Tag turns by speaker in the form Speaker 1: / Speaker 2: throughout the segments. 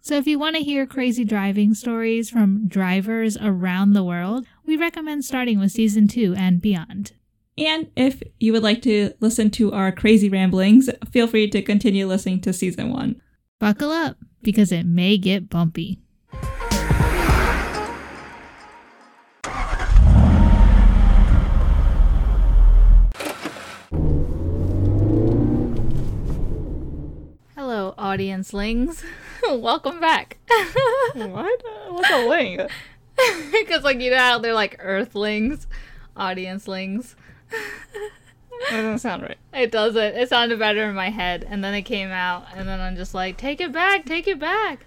Speaker 1: So if you want to hear crazy driving stories from drivers around the world, we recommend starting with season two and beyond.
Speaker 2: And if you would like to listen to our crazy ramblings, feel free to continue listening to season one.
Speaker 1: Buckle up because it may get bumpy. Hello, audiencelings. Welcome back.
Speaker 2: What? What's a link?
Speaker 1: Because, like, you know how they're like earthlings, audiencelings.
Speaker 2: That doesn't sound right.
Speaker 1: It doesn't. It sounded better in my head. And then it came out, and then I'm just like, take it back, take it back.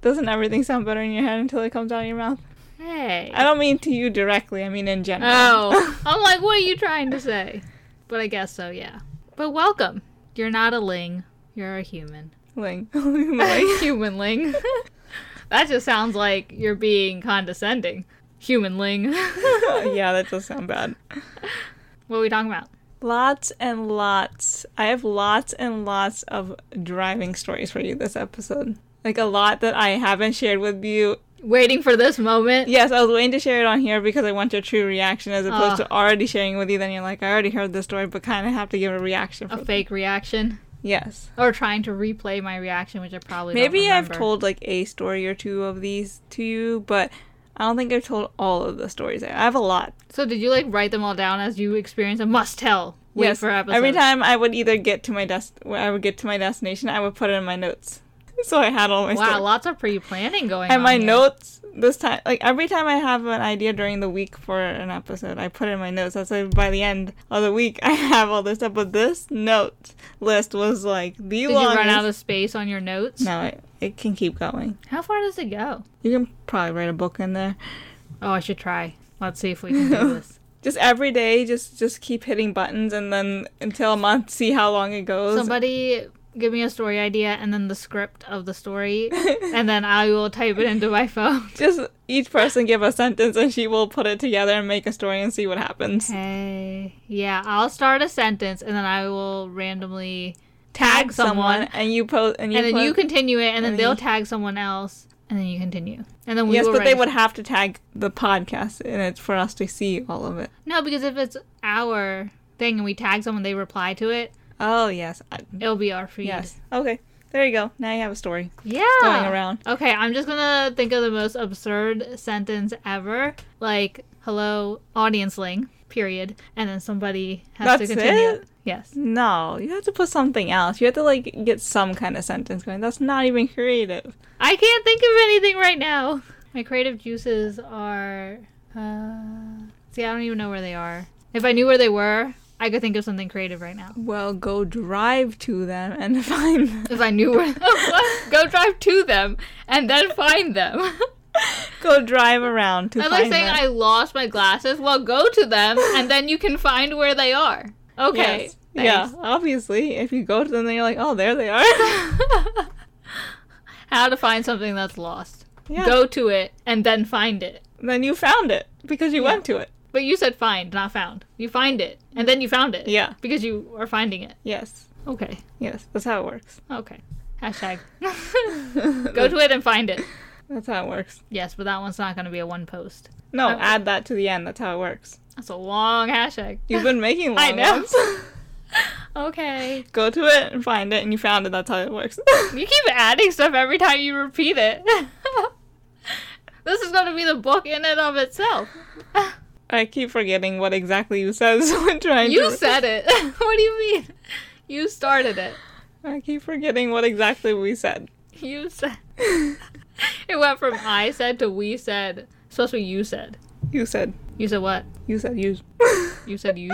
Speaker 2: Doesn't everything sound better in your head until it comes out of your mouth?
Speaker 1: Hey.
Speaker 2: I don't mean to you directly, I mean in general.
Speaker 1: Oh, I'm like, what are you trying to say? But I guess so, yeah. But welcome. You're not a ling. You're a human.
Speaker 2: Ling.
Speaker 1: Human ling. that just sounds like you're being condescending. Human ling.
Speaker 2: yeah, that does sound bad.
Speaker 1: what are we talking about?
Speaker 2: Lots and lots. I have lots and lots of driving stories for you this episode. Like a lot that I haven't shared with you.
Speaker 1: Waiting for this moment.
Speaker 2: Yes, I was waiting to share it on here because I want your true reaction as opposed to already sharing with you. Then you're like, I already heard this story, but kind of have to give a reaction. For
Speaker 1: A
Speaker 2: them.
Speaker 1: fake reaction.
Speaker 2: Yes.
Speaker 1: Or trying to replay my reaction, which I probably don't
Speaker 2: Maybe I've
Speaker 1: remember.
Speaker 2: told like a story or two of these to you, but I don't think I've told all of the stories. I have a lot.
Speaker 1: So did you like write them all down as you experience a must tell? Wait
Speaker 2: yes.
Speaker 1: for episodes.
Speaker 2: Every time I would either get to my des- when I would get to my destination, I would put it in my notes. So I had all my
Speaker 1: Wow,
Speaker 2: stories.
Speaker 1: lots of pre planning going on.
Speaker 2: and my
Speaker 1: here.
Speaker 2: notes this time like every time i have an idea during the week for an episode i put it in my notes that's why by the end of the week i have all this stuff but this note list was like the
Speaker 1: Did
Speaker 2: longest
Speaker 1: you run out of space on your notes?
Speaker 2: no it, it can keep going
Speaker 1: How far does it go?
Speaker 2: you can probably write a book in there
Speaker 1: Oh, I should try. Let's see if we can do this.
Speaker 2: just every day just just keep hitting buttons and then until a month see how long it goes
Speaker 1: Somebody give me a story idea and then the script of the story, and then I will type it into my phone.
Speaker 2: just each person give a sentence and she will put it together and make a story and see what happens
Speaker 1: Hey, yeah, I'll start a sentence and then I will randomly tag someone,
Speaker 2: and you post and you
Speaker 1: and then
Speaker 2: put-
Speaker 1: you continue it, and then
Speaker 2: and
Speaker 1: they'll
Speaker 2: you-
Speaker 1: tag someone else, and then you continue, and then we
Speaker 2: yes,
Speaker 1: will
Speaker 2: but
Speaker 1: write
Speaker 2: they
Speaker 1: a-
Speaker 2: would have to tag the podcast in it for us to see all of it.
Speaker 1: no because if it's our thing and we tag someone, they reply to it,
Speaker 2: Oh yes, I,
Speaker 1: it'll be our feed.
Speaker 2: yes. Okay, there you go. Now you have a story
Speaker 1: Yeah.
Speaker 2: going around.
Speaker 1: Okay, I'm just gonna think of the most absurd sentence ever. Like, hello, audienceling, period. And then somebody has
Speaker 2: That's
Speaker 1: to continue.
Speaker 2: it?
Speaker 1: Yes.
Speaker 2: No, you have to put something else. You have to like get some kind of sentence going. That's not even creative.
Speaker 1: I can't think of anything right now. My creative juices are. Uh, see, I don't even know where they are. If I knew where they were, I could think of something creative right now.
Speaker 2: Well, go drive to them and find them.
Speaker 1: If I knew where. go drive to them and then find them.
Speaker 2: go drive around to
Speaker 1: I'm like
Speaker 2: find
Speaker 1: saying
Speaker 2: them.
Speaker 1: I lost my glasses. Well, go to them, and then you can find where they are. Okay.
Speaker 2: Yes. Yeah, obviously. If you go to them, then you're like, oh, there they are.
Speaker 1: Yeah. How to find something that's lost?
Speaker 2: yeah.
Speaker 1: Go to it and then find it.
Speaker 2: Then you found it because you went to it.
Speaker 1: But you said find, not found. You find it, and then you found it.
Speaker 2: Yeah.
Speaker 1: Because you are finding it.
Speaker 2: Yes.
Speaker 1: Okay.
Speaker 2: Yes. That's how it works.
Speaker 1: Okay. Hashtag. Go to it and find it.
Speaker 2: That's how it works.
Speaker 1: Yes, but that one's not going to be a one post.
Speaker 2: No,
Speaker 1: Okay.
Speaker 2: add that to the end. That's how it works.
Speaker 1: That's a long hashtag.
Speaker 2: You've been making long
Speaker 1: I know.
Speaker 2: ones.
Speaker 1: Okay.
Speaker 2: Go to it and find it, and you found it. That's how it works.
Speaker 1: You keep adding stuff every time you repeat it. this is going to be the book in and of itself.
Speaker 2: I keep forgetting what exactly you said, so I'm trying
Speaker 1: You
Speaker 2: to.
Speaker 1: said it. what do you mean? You started it.
Speaker 2: I keep forgetting what exactly we said.
Speaker 1: You said. it went from I said to we said. It's supposed to be you said.
Speaker 2: You said.
Speaker 1: You said what?
Speaker 2: You said. You.
Speaker 1: You said you.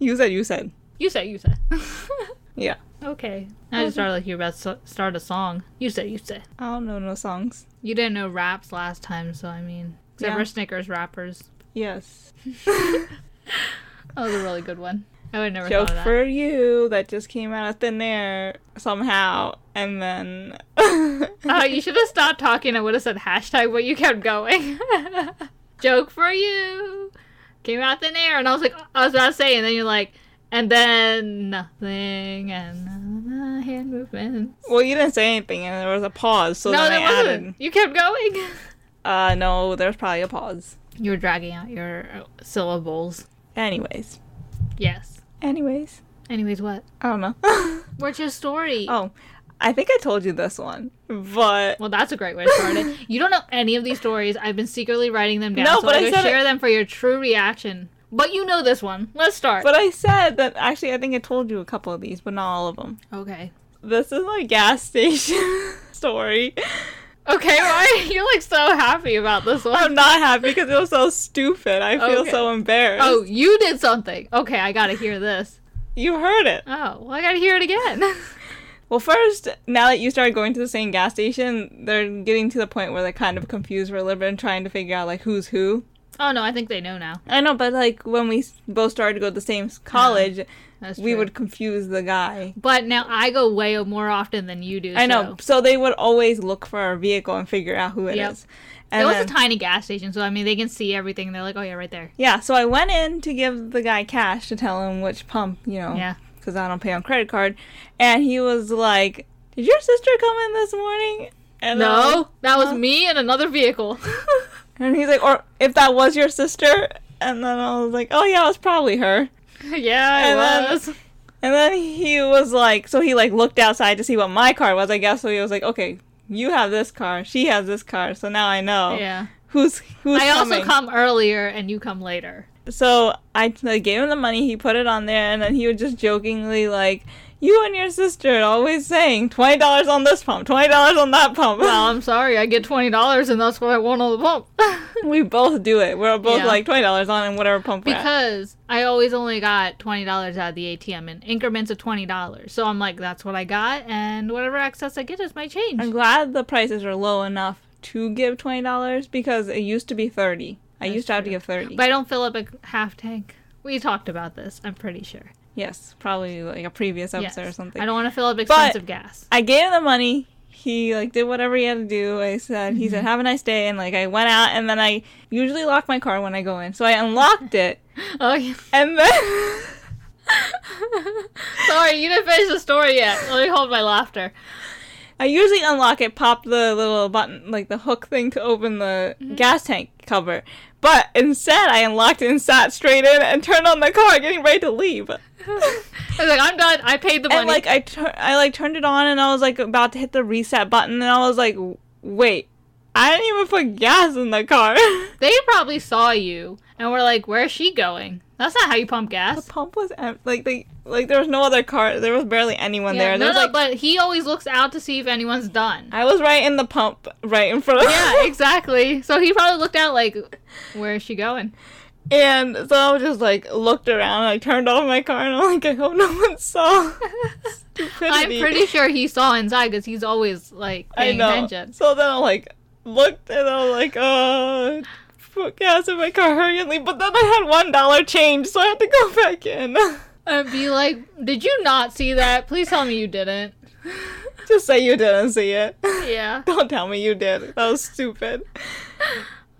Speaker 2: you said. You said.
Speaker 1: You said you said.
Speaker 2: Yeah.
Speaker 1: okay. I just started like you were about to so- start a song. You said you said.
Speaker 2: I don't know no songs.
Speaker 1: You didn't know raps last time, so I mean, Except
Speaker 3: Yeah.
Speaker 1: for Snickers wrappers.
Speaker 2: Yes.
Speaker 1: That was a really good one. I would never
Speaker 2: Joke
Speaker 1: thought of that.
Speaker 2: for you that just came out of thin air somehow, and then. oh,
Speaker 1: Oh, you should have stopped talking. I would have said hashtag, but you kept going. Joke for you. Came out thin air, and I was like, I was about to say, and then you're like, and then nothing, and uh, hand movement.
Speaker 2: Well, you didn't say anything, and there was a pause, so
Speaker 1: no,
Speaker 2: then
Speaker 1: there
Speaker 2: I
Speaker 1: wasn't.
Speaker 2: added.
Speaker 1: You kept going.
Speaker 2: Uh, no, there was probably a pause.
Speaker 1: You were dragging out your uh, syllables.
Speaker 2: Anyways.
Speaker 1: Yes.
Speaker 2: Anyways.
Speaker 1: Anyways, what?
Speaker 2: I don't know.
Speaker 1: What's your story?
Speaker 2: oh, I think I told you this one, but.
Speaker 1: Well, that's a great way to start it. You don't know any of these stories. I've been secretly writing them down.
Speaker 2: No,
Speaker 1: so
Speaker 2: but
Speaker 1: I'm
Speaker 2: I
Speaker 1: gonna
Speaker 2: said it-
Speaker 1: share them for your true reaction. But you know this one. Let's start.
Speaker 2: But I said that actually, I think I told you a couple of these, but not all of them.
Speaker 1: okay.
Speaker 2: This is my gas station story.
Speaker 1: Okay, Ryan, you're like so happy about this one.
Speaker 2: I'm not happy because it was so stupid. I feel
Speaker 1: Okay.
Speaker 2: so embarrassed.
Speaker 1: Oh, you did something. Okay, I gotta hear this.
Speaker 2: you heard it.
Speaker 1: Oh, well, I gotta hear it again.
Speaker 2: Well, first, now that you started going to the same gas station, they're getting to the point where they're kind of confused for a little bit and trying to figure out like who's who.
Speaker 1: oh no, I think they know now.
Speaker 2: I know, but like when we s- both started to go to the same s- college,
Speaker 1: That's
Speaker 2: we
Speaker 1: true.
Speaker 2: would confuse the guy.
Speaker 1: But now I go way more often than you do.
Speaker 2: I know.
Speaker 1: so-
Speaker 2: So they would always look for a vehicle and figure out who it is.
Speaker 1: Yep.
Speaker 2: And
Speaker 1: it was
Speaker 2: then-
Speaker 1: a tiny gas station, so I mean they can see everything. They're like, oh yeah, right there.
Speaker 2: Yeah, so I went in to give the guy cash to tell him which pump, you know,
Speaker 1: Yeah.
Speaker 2: because I don't pay on credit card. And he was like, Did your sister come in this morning? And I was
Speaker 1: No, that was
Speaker 2: Huh?
Speaker 1: me and another vehicle.
Speaker 2: like- and he's like, Or if that was your sister. And then I was like, Oh, yeah, it was probably her. And
Speaker 1: yeah,
Speaker 2: then-
Speaker 1: it was.
Speaker 2: And then he was like, So he like looked outside to see what my car was, I guess. So he was like, Okay, you have this car. She has this car. So now I know
Speaker 1: Yeah.
Speaker 2: who's Oh. who's
Speaker 1: I
Speaker 2: coming.
Speaker 1: also come earlier and you come later.
Speaker 2: So I I gave him the money. He put it on there, and then he was just jokingly like, "You and your sister are always saying twenty dollars on this pump, twenty dollars on that pump."
Speaker 1: Well, I'm sorry, I get twenty dollars and that's what I want on the pump.
Speaker 2: we both do it. We're both
Speaker 1: Yeah.
Speaker 2: like twenty dollars on and whatever pump we're at.
Speaker 1: because I always only got twenty dollars out of the ATM in increments of twenty dollars. So I'm like, that's what I got and whatever excess I get is my change.
Speaker 2: I'm glad the prices are low enough to give twenty dollars because it used to be thirty. I used to have to give thirty.
Speaker 1: But I don't fill up a half tank. We talked about this, I'm pretty sure.
Speaker 2: yes, probably like a previous episode or
Speaker 1: Yes.
Speaker 2: something.
Speaker 1: I don't want to fill up expensive gas.
Speaker 2: I gave him the money. He like did whatever he had to do. I said he
Speaker 1: Mm-hmm.
Speaker 2: said have a nice day and like I went out and then I usually lock my car when I go in. So I unlocked it
Speaker 1: Oh yeah.
Speaker 2: and then
Speaker 1: sorry, you didn't finish the story yet. Let me hold my laughter.
Speaker 2: I usually unlock it, pop the little button like the hook thing to open the
Speaker 1: Mm-hmm.
Speaker 2: gas tank cover. But instead I unlocked it and sat straight in and turned on the car getting ready to leave.
Speaker 1: I was like, I'm done. I paid the money.
Speaker 2: And like I tur- I like turned it on and I was like about to hit the reset button and I was like wait, I didn't even put gas in the car.
Speaker 1: They probably saw you and were like, "Where's she going? That's not how you pump gas."
Speaker 2: pump was em- like they like there was no other car there was barely anyone
Speaker 1: Yeah,
Speaker 2: there
Speaker 1: no,
Speaker 2: there was
Speaker 1: no,
Speaker 2: like
Speaker 1: but he always looks out to see if anyone's done.
Speaker 2: i was right in the pump right in front of
Speaker 1: yeah, exactly. So he probably looked out like, "Where is she going?"
Speaker 2: and so i was just like looked around and i turned off my car and i'm like i hope no one saw Stupidity.
Speaker 1: I'm pretty sure he saw inside because he's always like
Speaker 2: i
Speaker 1: paying
Speaker 2: know
Speaker 1: attention.
Speaker 2: so then i like looked and i was like uh put gas in my car hurriedly but then i had one dollar change so i had to go back in
Speaker 1: I'd be like, "Did you not see that? Please tell me you didn't."
Speaker 2: just say you didn't see it
Speaker 1: Yeah.
Speaker 2: don't tell me you did that was stupid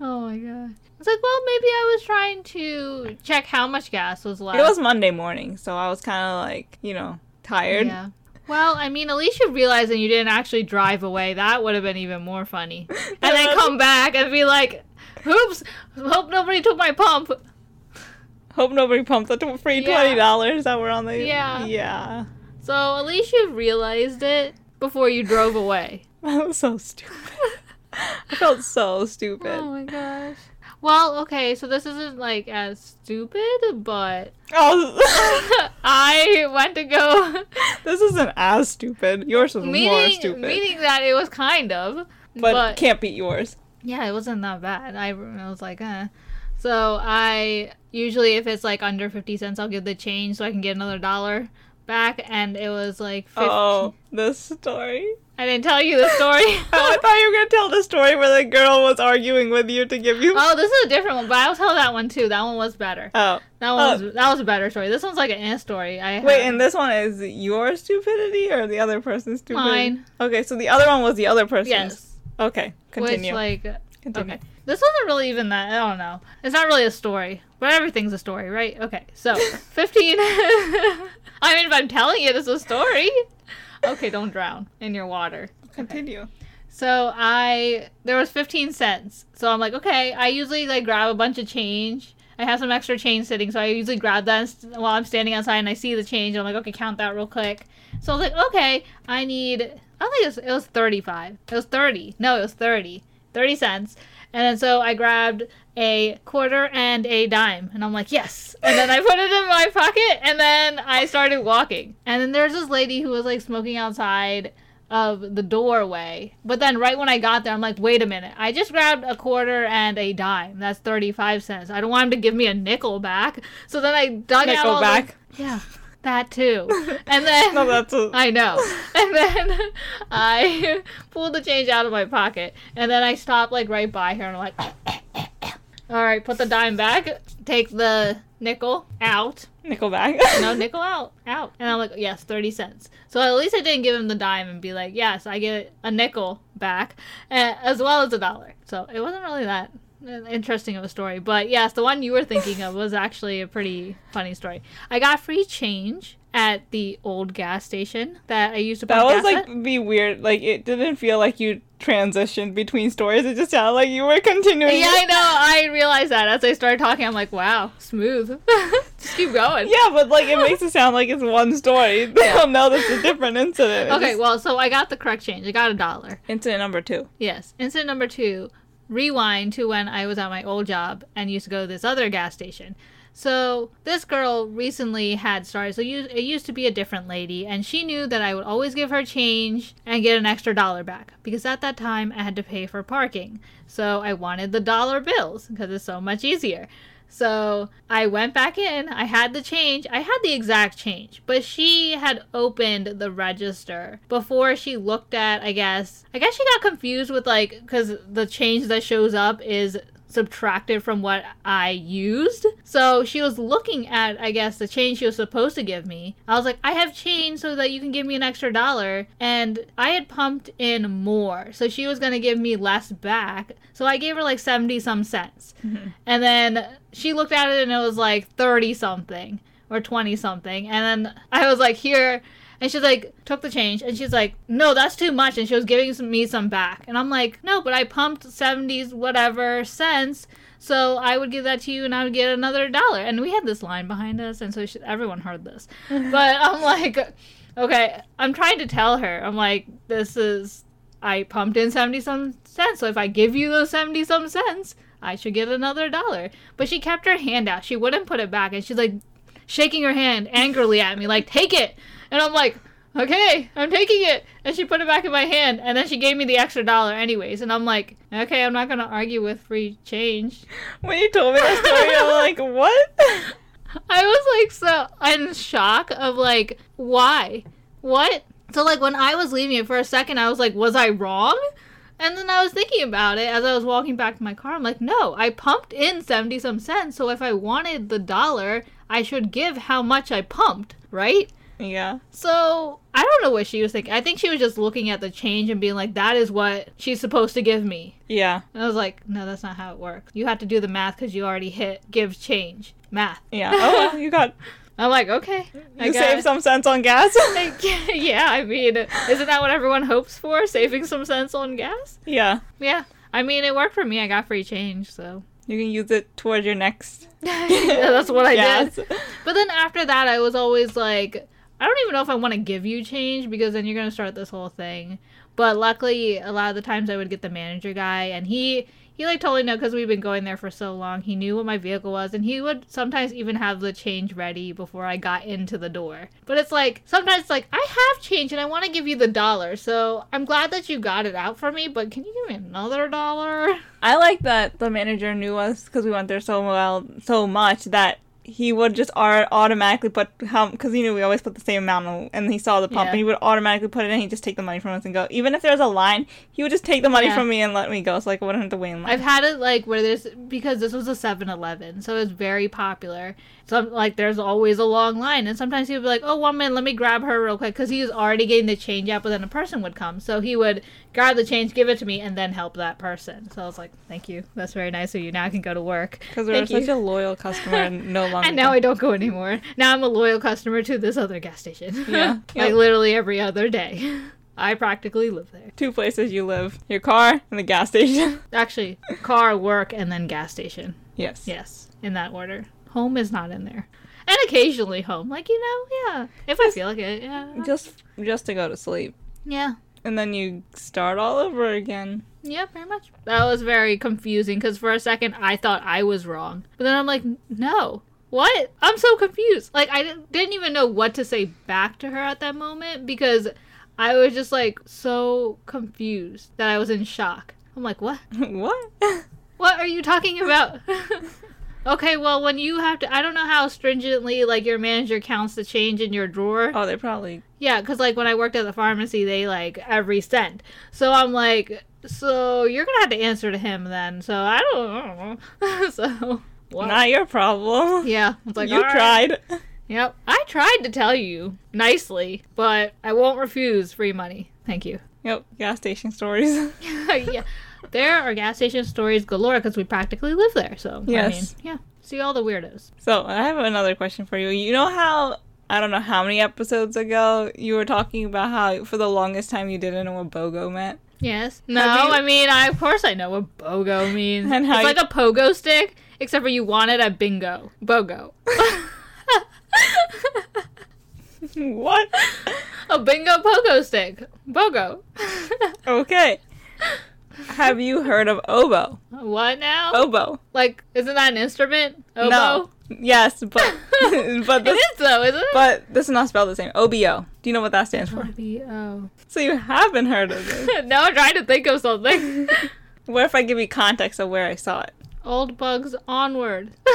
Speaker 1: Oh my god. I was like, well, maybe I was trying to check how much gas was left.
Speaker 2: It was Monday morning, so I was kind of like, you know, tired.
Speaker 1: Yeah. Well, I mean, at least you realize that you didn't actually drive away. That would have been even more funny. And then come back and be like, "Oops, hope nobody took my pump."
Speaker 2: Hope nobody pumped the tw- free
Speaker 1: Yeah.
Speaker 2: twenty dollars that were on the
Speaker 1: Yeah.
Speaker 2: yeah.
Speaker 1: So at least you realized it before you drove away.
Speaker 2: That was so stupid. I felt so stupid.
Speaker 1: Oh my gosh. Well, okay, so this isn't like as stupid, but
Speaker 2: Oh,
Speaker 1: I went to go
Speaker 2: this isn't as stupid. Yours was more
Speaker 1: meaning
Speaker 2: stupid,
Speaker 1: meaning that it was kind of,
Speaker 2: but,
Speaker 1: but
Speaker 2: can't beat yours.
Speaker 1: Yeah, it wasn't that bad. I, I was like, eh. So I usually, if it's like under 50 cents, I'll give the change so I can get another dollar back. And it was like 50.
Speaker 2: Oh, this Oh, story.
Speaker 1: I didn't tell you the story.
Speaker 2: Oh, I thought you were gonna tell the story where the girl was arguing with you to give you.
Speaker 1: oh, this is a different one, but I'll tell that one too. That one was better.
Speaker 2: Oh,
Speaker 1: That one
Speaker 2: Oh.
Speaker 1: was that was a better story. This one's like an ant story. I
Speaker 2: wait,
Speaker 1: have-
Speaker 2: and this one is your stupidity or the other person's stupidity?
Speaker 1: Mine.
Speaker 2: Okay, so the other one was the other person's.
Speaker 1: yes,
Speaker 2: Okay, continue.
Speaker 1: which like
Speaker 2: continue.
Speaker 1: Okay. This wasn't really even that. I don't know. It's not really a story, but everything's a story, right? Okay. So, 15. I mean, if I'm telling it, it's a story. Okay, don't drown in your water.
Speaker 2: Continue.
Speaker 1: So I there was 15 cents. So I'm like, okay, I usually like grab a bunch of change. I have some extra change sitting, so I usually grab that and st- while I'm standing outside and I see the change. And I'm like, okay, count that real quick. So I was like, okay, I need. I don't think it was, it was 35. It was 30. No, it was 30. 30 cents. And then so I grabbed a quarter and a dime, and I'm like, yes. And then I put it in my pocket, and then I started walking. And then there's this lady who was like smoking outside of the doorway. But then right when I got there, I'm like, wait a minute. I just grabbed a quarter and a dime. That's 35 cents. I don't want him to give me a nickel back. So then I dug out all the-
Speaker 2: Nickelback.
Speaker 1: yeah, that too. And then
Speaker 2: No, that's a,
Speaker 1: I know. And then I pulled the change out of my pocket, and then I stopped like right by her, and I'm like, all right, put the dime back, take the nickel out,
Speaker 2: Nickelback.
Speaker 1: no nickel out, out, and I'm like, yes, thirty cents. So at least I didn't give him the dime and be like, yes, I get a nickel back, uh, as well as a dollar. So it wasn't really that uh, interesting of a story but yes the one you were thinking of was actually a pretty funny story i got free change at the old gas station that i used to
Speaker 2: That
Speaker 1: pump gas
Speaker 2: was like
Speaker 1: at.
Speaker 2: be weird. Like it didn't feel like you transitioned between stories. It just sounded like you were continuing.
Speaker 1: yeah i know i realized that as i started talking i'm like wow smooth just keep going
Speaker 2: Yeah, but like it makes it sound like it's one story. They don't know that's a different incident. It
Speaker 1: okay
Speaker 2: just-
Speaker 1: well so i got the correct change i got a dollar
Speaker 2: incident number two.
Speaker 1: Yes. Incident number two rewind to when I was at my old job and used to go to this other gas station. So this girl recently had started. So you, it used to be a different lady, and she knew that I would always give her change and get an extra dollar back because at that time I had to pay for parking. So I wanted the dollar bills because it's so much easier. So I went back in. I had the change. I had the exact change, but she had opened the register before she looked at. I guess. I guess she got confused with like because the change that shows up is subtracted from what I used. So she was looking at, I guess, the change she was supposed to give me. I was like, I have change so that you can give me an extra dollar. And I had pumped in more. So she was going to give me less back. So I gave her like 70 some cents. And then she looked at it and it was like 30 something or 20 something. And then I was like, here. And she's like, took the change. And she's like, no, that's too much. And she was giving some, me some back. And I'm like, no, but I pumped 70s, whatever cents. So I would give that to you and I would get another dollar. And we had this line behind us. And so she, everyone heard this. but I'm like, okay, I'm trying to tell her. I'm like, this is, I pumped in 70 some cents. So if I give you those 70 some cents, I should get another dollar. But she kept her hand out. She wouldn't put it back. And she's like shaking her hand angrily at me, like, take it. And I'm like, okay, I'm taking it. And she put it back in my hand. And then she gave me the extra dollar, anyways. And I'm like, okay, I'm not going to argue with free change.
Speaker 2: When you told me that story, I was like, "What?"
Speaker 1: I was like so in shock of like why? What? So like when I was leaving it for a second I was like, was I wrong? And then I was thinking about it as I was walking back to my car. I'm like, no, I pumped in 70 some cents. So if I wanted the dollar, I should give how much I pumped, right?
Speaker 2: Yeah.
Speaker 1: So I don't know what she was thinking. I think she was just looking at the change and being like, that is what she's supposed to give me.
Speaker 2: Yeah.
Speaker 1: And I was like, no, that's not how it works. You have to do the math because you already hit give change. Math.
Speaker 2: Yeah. Oh, well, you got
Speaker 1: I'm like, okay.
Speaker 2: you saved some cents on gas.
Speaker 1: yeah, I mean, isn't that what everyone hopes for? Saving some cents on gas?
Speaker 2: yeah.
Speaker 1: Yeah. I mean, it worked for me. I got free change, so.
Speaker 2: You can use it towards your next
Speaker 1: Yeah, that's what I
Speaker 2: gas.
Speaker 1: did. But then after that, I was always like, I don't even know if I want to give you change because then you're going to start this whole thing. But luckily, a lot of the times I would get the manager guy, and he he like totally know because we've been going there for so long. He knew what my vehicle was, and he would sometimes even have the change ready before I got into the door. But it's like sometimes it's like I have change and I want to give you the dollar, so I'm glad that you got it out for me. But can you give me another dollar?
Speaker 2: I like that the manager knew us because we went there so well, so much that he would just ar- automatically put how because he knew we always put the same amount and he saw the pump
Speaker 1: Yeah.
Speaker 2: and he would automatically put it in. He'd just take the money from us and go. Even if there was a line, he would just take the money
Speaker 1: Yeah.
Speaker 2: from me and let me go, so like I wouldn't have to wait in line.
Speaker 1: I've had it like where there's because this was a 7-Eleven, so it's very popular. So like there's always a long line, and sometimes he would be like, "Oh, one minute, let me grab her real quick," because he was already getting the change out, but then a person would come, so he would grab the change, give it to me, and then help that person. So I was like, "Thank you, that's very nice of you." Now I can go to work.
Speaker 2: Because we were
Speaker 1: Thank you.
Speaker 2: such a loyal customer and no longer.
Speaker 1: and now I don't go anymore. Now I'm a loyal customer to this other gas station.
Speaker 2: Yeah.
Speaker 1: like
Speaker 2: Yep.
Speaker 1: literally every other day. I practically live there.
Speaker 2: two places you live: your car and the gas station.
Speaker 1: Actually, car, work, and then gas station.
Speaker 2: yes.
Speaker 1: Yes, in that order. Home is not in there. And occasionally home, like you know, yeah. If I feel like it, yeah.
Speaker 2: Just just to go to sleep,
Speaker 1: Yeah.
Speaker 2: and then you start all over again.
Speaker 1: Yeah, pretty much. That was very confusing because for a second I thought I was wrong. But then I'm like, no. What? I'm so confused. Like, I didn't, didn't even know what to say back to her at that moment because I was just like so confused that I was in shock. I'm like, what?
Speaker 2: what? Oh,
Speaker 1: What are you talking about? okay, well, when you have to, I don't know how stringently, like, your manager counts the change in your drawer.
Speaker 2: oh, they probably
Speaker 1: Yeah, because like when I worked at the pharmacy, they like every cent. So I'm like, so you're gonna have to answer to him then. So I don't, I don't know. so well,
Speaker 2: not your problem.
Speaker 1: yeah, it's like
Speaker 2: you
Speaker 1: all right.
Speaker 2: tried.
Speaker 1: Yep, I tried to tell you nicely, but I won't refuse free money. Thank you.
Speaker 2: Yep, gas station stories.
Speaker 1: yeah, there are gas station stories galore because we practically live there. So
Speaker 2: Yes.
Speaker 1: I mean, yeah, see all the weirdos.
Speaker 2: so I have another question for you. You know how I don't know how many episodes ago you were talking about how for the longest time you didn't know what BOGO meant.
Speaker 1: Yes. No,
Speaker 2: you-
Speaker 1: I mean, I of course I know what BOGO means.
Speaker 2: And how
Speaker 1: it's
Speaker 2: you-
Speaker 1: like a pogo stick, except for you want it at bingo. BOGO.
Speaker 2: what?
Speaker 1: a bingo pogo stick. BOGO.
Speaker 2: Okay. have you heard of oboe?
Speaker 1: what now?
Speaker 2: Oboe.
Speaker 1: Like, isn't that an instrument? Oboe?
Speaker 2: Oh. No. Yes, but but
Speaker 1: It
Speaker 2: this,
Speaker 1: is though, isn't it?
Speaker 2: but this is not spelled the same. OBO. Do you know what that stands for?
Speaker 1: B-O.
Speaker 2: So you haven't heard of it.
Speaker 1: now I'm trying to think of something.
Speaker 2: What if I give you context of where I saw it?
Speaker 1: Old bugs onward.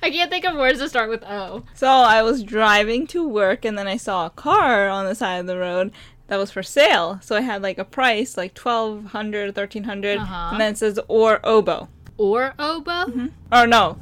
Speaker 1: I can't think of words to start with O.
Speaker 2: So I was driving to work and then I saw a car on the side of the road that was for sale. So I had like a price like 1200 1300
Speaker 1: Uh-huh.
Speaker 2: and then it says or oboe.
Speaker 1: Or oboe?
Speaker 2: Or no.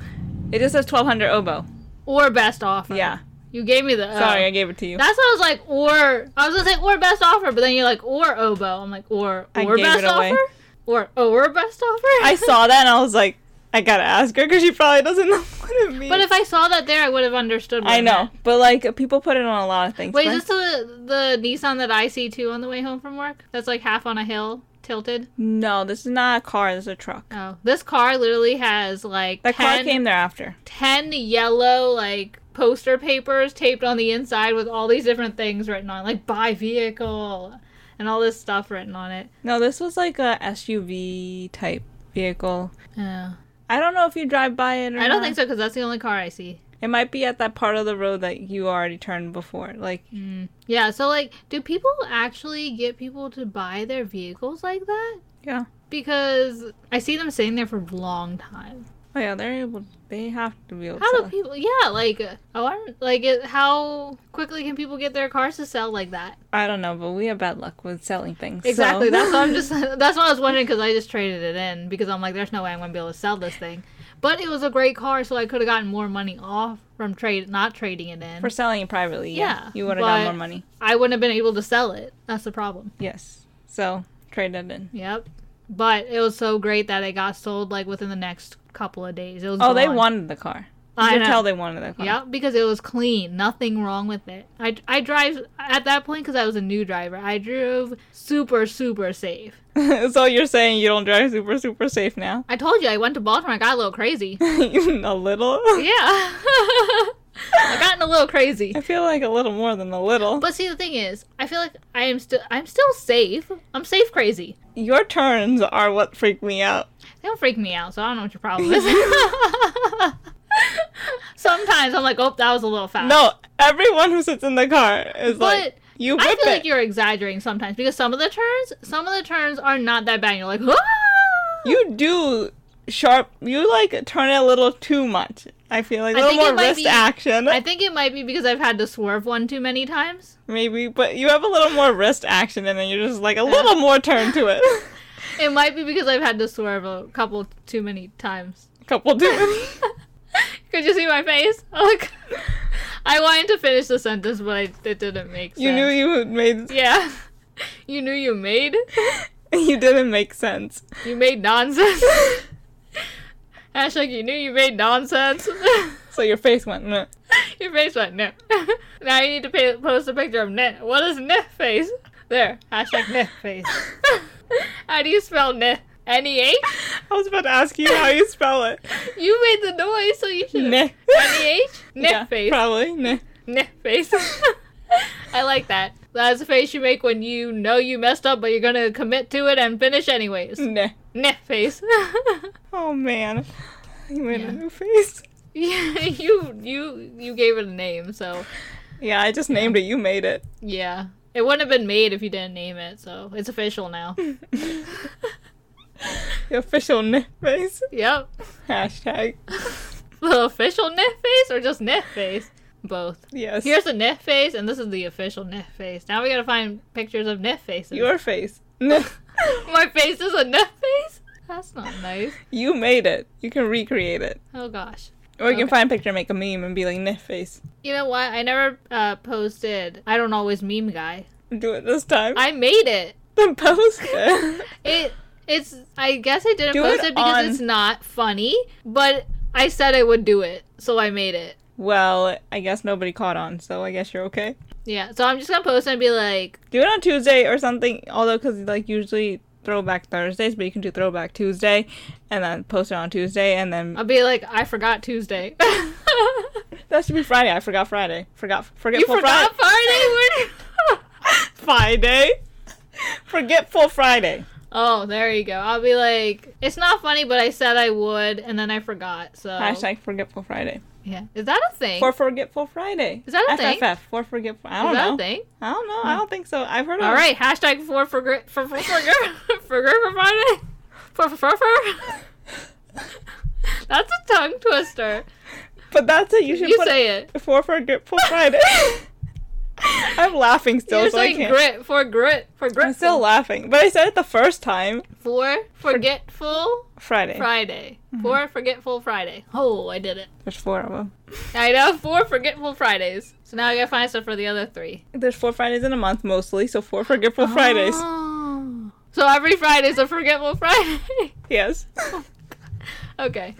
Speaker 2: It just says 1200 oboe.
Speaker 1: Or best offer.
Speaker 2: Yeah.
Speaker 1: You gave me the O.
Speaker 2: Sorry, I gave it to you.
Speaker 1: That's what I was like, or I was gonna say or best offer, but then you're like or oboe. I'm like or
Speaker 2: I
Speaker 1: or
Speaker 2: gave
Speaker 1: best
Speaker 2: it away.
Speaker 1: offer or oh, or best offer.
Speaker 2: I saw that and I was like I got to ask her cuz she probably doesn't know what it means.
Speaker 1: but if I saw that there, I would have understood. What
Speaker 2: I
Speaker 1: it
Speaker 2: know,
Speaker 1: meant.
Speaker 2: but like people put it on a lot of things.
Speaker 1: Wait,
Speaker 2: but-
Speaker 1: is this the the Nissan that I see too on the way home from work? That's like half on a hill, tilted.
Speaker 2: no, this is not a car, this is a truck.
Speaker 1: Oh, this car literally has like
Speaker 2: That car
Speaker 1: 10,
Speaker 2: came thereafter.
Speaker 1: 10 yellow like poster papers taped on the inside with all these different things written on, it, like buy vehicle and all this stuff written on it.
Speaker 2: No, this was like a SUV type vehicle.
Speaker 1: Yeah.
Speaker 2: I don't know if you drive by it or
Speaker 1: I don't
Speaker 2: not.
Speaker 1: think so because that's the only car I see.
Speaker 2: It might be at that part of the road that you already turned before. Like,
Speaker 1: Mm, Yeah, so like, do people actually get people to buy their vehicles like that?
Speaker 2: yeah.
Speaker 1: Because I see them sitting there for a long time.
Speaker 2: Oh, yeah, they're able, they have to be able to.
Speaker 1: How
Speaker 2: sell
Speaker 1: do
Speaker 2: it.
Speaker 1: people? Yeah, like, I wonder, like, it, how quickly can people get their cars to sell like that?
Speaker 2: I don't know, but we have bad luck with selling things. so-
Speaker 1: Exactly. That's what I'm just. That's what I was wondering because I just traded it in because I'm like, there's no way I'm gonna be able to sell this thing. But it was a great car, so I could have gotten more money off from trade, not trading it in.
Speaker 2: For selling it privately, yeah.
Speaker 1: Yeah,
Speaker 2: you would have got
Speaker 1: but-
Speaker 2: more money.
Speaker 1: I wouldn't have been able to sell it. That's the problem.
Speaker 2: Yes. So, trade it in.
Speaker 1: Yep. But it was so great that it got sold like within the next couple of days. It was
Speaker 2: Oh, they
Speaker 1: gone.
Speaker 2: wanted the car. You
Speaker 1: I
Speaker 2: can
Speaker 1: know.
Speaker 2: tell they wanted the car.
Speaker 1: Yep, because it was clean, nothing wrong with it. I, I drive at that point because I was a new driver. I drove super super safe.
Speaker 2: so you're saying you don't drive super, super safe now?
Speaker 1: I told you I went to Baltimore. I got a little crazy. yeah,
Speaker 2: a little?
Speaker 1: I gotten a little crazy.
Speaker 2: I feel like a little more than a little.
Speaker 1: But see, the thing is, I feel like I am still I'm still safe. I'm safe crazy.
Speaker 2: Your turns are what freak me out.
Speaker 1: They don't freak me out, so I don't know what your problem is. Sometimes I'm like, oh, that was a little fast.
Speaker 2: No, everyone who sits in the car is like,
Speaker 1: But
Speaker 2: you whip
Speaker 1: I feel
Speaker 2: it.
Speaker 1: like you're exaggerating sometimes because some of the turns, some of the turns are not that bad. You're like, "Ah!"
Speaker 2: You do sharp. You like turn it a little too much. I feel like a
Speaker 1: I
Speaker 2: little
Speaker 1: think it
Speaker 2: more
Speaker 1: might
Speaker 2: wrist
Speaker 1: be-
Speaker 2: action,
Speaker 1: I think it might be because I've had to swerve one too many times.
Speaker 2: maybe. But you have a little more wrist action, and then you're just like a little more turn to it.
Speaker 1: It might be because I've had to swerve a couple too many times.
Speaker 2: Couple do.
Speaker 1: Could you see my face? Look. I wanted to finish the sentence, but I, it didn't make sense.
Speaker 2: You knew you had made.
Speaker 1: Yeah. You knew you made?
Speaker 2: You didn't make sense.
Speaker 1: You made nonsense. Hashtag you knew you made nonsense.
Speaker 2: So your face went. "Nuh."
Speaker 1: Your face went no. now you need to pay, post a picture of nit. What is nit face? There. Hashtag nit face. How do you spell nit? N E H?
Speaker 2: I was about to ask you how you spell it.
Speaker 1: You made the noise, so you should.
Speaker 2: Meh.
Speaker 1: N E H? Nit
Speaker 2: Yeah,
Speaker 1: face.
Speaker 2: Probably. Meh.
Speaker 1: Nit face. I like that. That's the face you make when you know you messed up, but you're gonna commit to it and finish anyways.
Speaker 2: Meh.
Speaker 1: Nit face.
Speaker 2: Oh man. You made
Speaker 1: Yeah.
Speaker 2: a new face.
Speaker 1: Yeah, you you you gave it a name, so
Speaker 2: Yeah, I just named it. You made it.
Speaker 1: yeah. It wouldn't have been made if you didn't name it, so it's official now.
Speaker 2: The official Nick face.
Speaker 1: yep.
Speaker 2: Hashtag.
Speaker 1: The official Nif face or just Nif face? Both.
Speaker 2: Yes.
Speaker 1: Here's the Nif face and this is the official Nif face. Now we gotta find pictures of Nif faces.
Speaker 2: your face. Nuh.
Speaker 1: My face is a Nif face? That's not nice.
Speaker 2: you made it. You can recreate it.
Speaker 1: Oh gosh.
Speaker 2: Or you can
Speaker 1: Okay.
Speaker 2: find a picture, make a meme, and be like, Nick face.
Speaker 1: You know what? I never uh, posted I don't always meme guy.
Speaker 2: Do it this time.
Speaker 1: I made it.
Speaker 2: Then post it.
Speaker 1: It it's I guess I didn't
Speaker 2: Do
Speaker 1: post
Speaker 2: it
Speaker 1: it, because
Speaker 2: on-
Speaker 1: it's not funny, but I said I would do it, so I made it.
Speaker 2: well, I guess nobody caught on, so I guess you're okay.
Speaker 1: Yeah, so I'm just gonna post it and be like,
Speaker 2: Do it on Tuesday or something. Although, because like usually Throwback Thursdays, but you can do Throwback Tuesday, and then post it on Tuesday, and then
Speaker 1: I'll be like, I forgot Tuesday.
Speaker 2: that should be Friday. I forgot Friday. Forgot
Speaker 1: you
Speaker 2: forgetful Friday.
Speaker 1: forgot Friday? Where-
Speaker 2: Friday. Forgetful Friday.
Speaker 1: oh, there you go. I'll be like, it's not funny, but I said I would, and then I forgot. So
Speaker 2: Hashtag Forgetful Friday.
Speaker 1: yeah, is that a thing?
Speaker 2: For Forgetful Friday.
Speaker 1: Is that a
Speaker 2: FFF,
Speaker 1: thing?
Speaker 2: For Forgetful. I
Speaker 1: is
Speaker 2: don't
Speaker 1: that
Speaker 2: know.
Speaker 1: a thing? Hmm.
Speaker 2: I don't know. I don't think so. I've heard of
Speaker 1: All right, hashtag for for gri- for for for gri- for gri- for Friday. For for for for. That's a tongue twister.
Speaker 2: But that's it. You should
Speaker 1: You
Speaker 2: put
Speaker 1: say it.
Speaker 2: For Forgetful Friday. I'm laughing still,
Speaker 1: You're
Speaker 2: so I
Speaker 1: saying
Speaker 2: can't.
Speaker 1: grit for grit for grit.
Speaker 2: I'm still laughing. But I said it the first time.
Speaker 1: for forgetful
Speaker 2: Friday.
Speaker 1: Friday.
Speaker 2: Mm-hmm.
Speaker 1: For forgetful Friday. Oh, I did it.
Speaker 2: There's four of them.
Speaker 1: I know four forgetful Fridays. So now I gotta find stuff for the other three.
Speaker 2: There's four Fridays in a month mostly, so four Forgetful Fridays.
Speaker 1: Oh. So every Friday's a forgetful Friday.
Speaker 2: Yes.
Speaker 1: okay,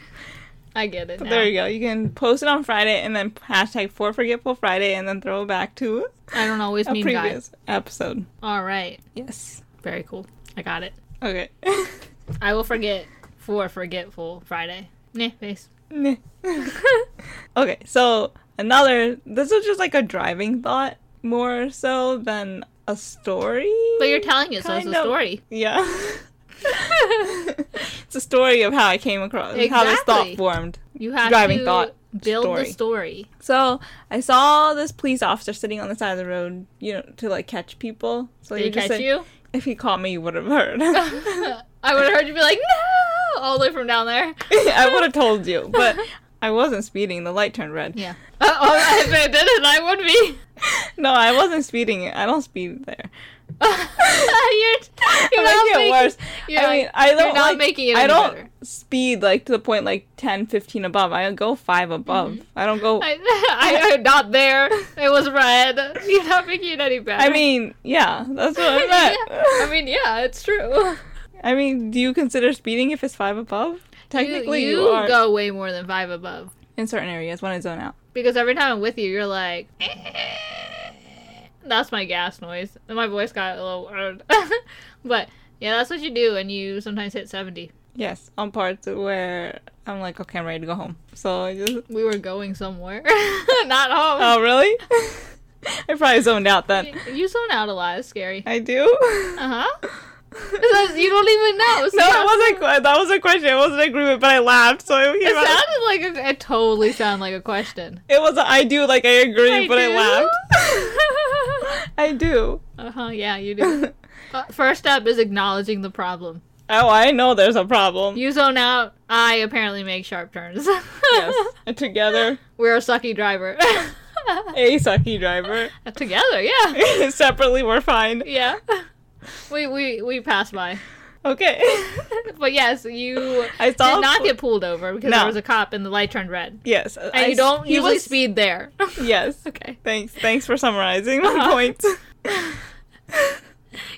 Speaker 1: I get it.
Speaker 2: But
Speaker 1: Now.
Speaker 2: there you go. You can post it on Friday and then hashtag for Forgetful Friday and then throw it back to
Speaker 1: I don't always
Speaker 2: a
Speaker 1: mean guys.
Speaker 2: previous episode.
Speaker 1: All right.
Speaker 2: Yes.
Speaker 1: Very cool. I got it.
Speaker 2: Okay.
Speaker 1: I will forget for forgetful Friday. Nah, face.
Speaker 2: Meh. okay, so another. This is just like a driving thought more so than a story.
Speaker 1: But you're telling it, so it's
Speaker 2: Kind
Speaker 1: a
Speaker 2: of.
Speaker 1: story.
Speaker 2: Yeah. it's a story of how I came across, how this
Speaker 1: Exactly.
Speaker 2: thought formed.
Speaker 1: You have
Speaker 2: Driving
Speaker 1: to
Speaker 2: thought,
Speaker 1: build the
Speaker 2: story.
Speaker 1: story.
Speaker 2: So I saw this police officer sitting on the side of the road, you know, to like catch people. So
Speaker 1: Did
Speaker 2: you
Speaker 1: he
Speaker 2: just
Speaker 1: catch
Speaker 2: said-
Speaker 1: you?
Speaker 2: If he caught me, you would have heard.
Speaker 1: I would have heard you be like, no, all the way from down there.
Speaker 2: I would have told you, but I wasn't speeding. The light turned red.
Speaker 1: Yeah. Uh, oh, if I did it, I would be.
Speaker 2: No, I wasn't speeding. I don't speed there.
Speaker 1: you're you're not
Speaker 2: I'm making it
Speaker 1: making
Speaker 2: worse.
Speaker 1: You're
Speaker 2: I
Speaker 1: like,
Speaker 2: mean, I don't
Speaker 1: you're not
Speaker 2: like,
Speaker 1: making it
Speaker 2: I
Speaker 1: any
Speaker 2: don't
Speaker 1: better.
Speaker 2: speed like to the point like 10, 15 above. I go five above. I don't go. Mm-hmm. I,
Speaker 1: I, I, am not there. It was red. You're not making it any better.
Speaker 2: mean, yeah, that's what I
Speaker 1: yeah.
Speaker 2: meant.
Speaker 1: I mean, yeah, it's true.
Speaker 2: I mean, do you consider speeding if it's five above? Technically, you,
Speaker 1: you,
Speaker 2: are
Speaker 1: go way more than five above.
Speaker 2: in certain areas when I zone out.
Speaker 1: Because every time I'm with you, you're like, that's my gas noise. And my voice got a little weird. but yeah, that's what you do, and you sometimes hit 70.
Speaker 2: Yes, on parts where I'm like, okay, I'm ready to go home. So I just.
Speaker 1: We were going somewhere, not home.
Speaker 2: Oh, really? I probably zoned out then.
Speaker 1: You- you zone out a lot. It's scary.
Speaker 2: I do.
Speaker 1: Uh huh. you don't even know. So
Speaker 2: No, it wasn't. que- That was a question. It wasn't an agreement, but I laughed, so it
Speaker 1: It
Speaker 2: came out.
Speaker 1: sounded like a, it totally sounded like a question.
Speaker 2: It was. A, I do like I agree, but I laughed.
Speaker 1: laughed.
Speaker 2: I do.
Speaker 1: Uh-huh, uh huh. Yeah, you do. Uh, first step is acknowledging the problem.
Speaker 2: Oh, I know there's a problem.
Speaker 1: You zone out. I apparently make sharp turns.
Speaker 2: yes. And together,
Speaker 1: We're a sucky driver.
Speaker 2: a sucky driver.
Speaker 1: Together, yeah.
Speaker 2: Separately, we're fine.
Speaker 1: Yeah. We we we pass by.
Speaker 2: Okay.
Speaker 1: But yes, you
Speaker 2: I saw.
Speaker 1: did not
Speaker 2: a-
Speaker 1: get pulled over because
Speaker 2: No.
Speaker 1: there was a cop and the light turned red.
Speaker 2: Yes.
Speaker 1: And you don't
Speaker 2: he
Speaker 1: usually
Speaker 2: was-
Speaker 1: speed there.
Speaker 2: Yes.
Speaker 1: okay.
Speaker 2: Thanks. Thanks for summarizing my
Speaker 1: Uh-huh.
Speaker 2: point.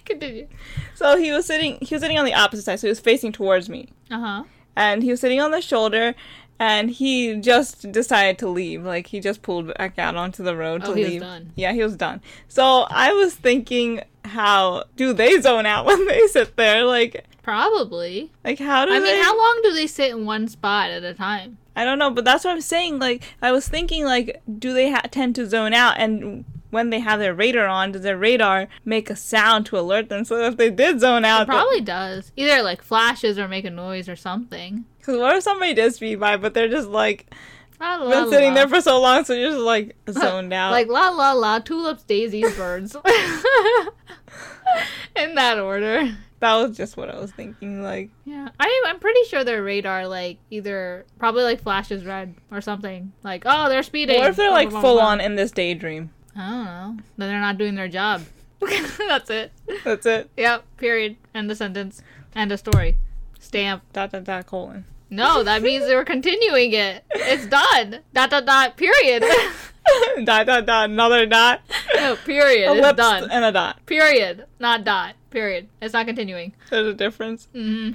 Speaker 1: Continue.
Speaker 2: So he was sitting. He was sitting on the opposite side. So he was facing towards me,
Speaker 1: Uh huh.
Speaker 2: and he was sitting on the shoulder. And he just decided to leave. Like he just pulled back out onto the road
Speaker 1: Oh,
Speaker 2: to
Speaker 1: he was
Speaker 2: leave.
Speaker 1: done.
Speaker 2: Yeah, he was done. So I was thinking, how do they zone out when they sit there? Like,
Speaker 1: Probably.
Speaker 2: like how do
Speaker 1: I
Speaker 2: they?
Speaker 1: mean, how long do they sit in one spot at a time?
Speaker 2: I don't know, but that's what I'm saying. Like, I was thinking, like, do they ha- tend to zone out? And when they have their radar on, does their radar make a sound to alert them? So if they did zone out,
Speaker 1: It probably does. Either like flashes or make a noise or something.
Speaker 2: Because what if somebody did speed by, but they're just like
Speaker 1: La, la,
Speaker 2: been
Speaker 1: la,
Speaker 2: sitting
Speaker 1: la.
Speaker 2: there for so long, so you're just like zoned out.
Speaker 1: like la la la tulips, daisies, birds. in that order.
Speaker 2: that was just what I was thinking. Like,
Speaker 1: Yeah, I, I'm pretty sure their radar, like, either probably like flashes red or something. Like, oh, they're speeding.
Speaker 2: what if they're
Speaker 1: Blah,
Speaker 2: like
Speaker 1: blah, blah,
Speaker 2: full
Speaker 1: blah.
Speaker 2: on in this daydream?
Speaker 1: I don't know. Then they're not doing their job. That's it.
Speaker 2: That's it.
Speaker 1: Yep. Period. End of sentence. End of story. Stamp.
Speaker 2: Dot dot dot colon.
Speaker 1: No, that means they're continuing it. It's done. Dot dot dot. Period.
Speaker 2: dot dot dot another dot.
Speaker 1: no, period.
Speaker 2: Ellipse
Speaker 1: It's done.
Speaker 2: and a dot.
Speaker 1: Period. Not dot. Period. It's not continuing.
Speaker 2: There's a difference.
Speaker 1: hmm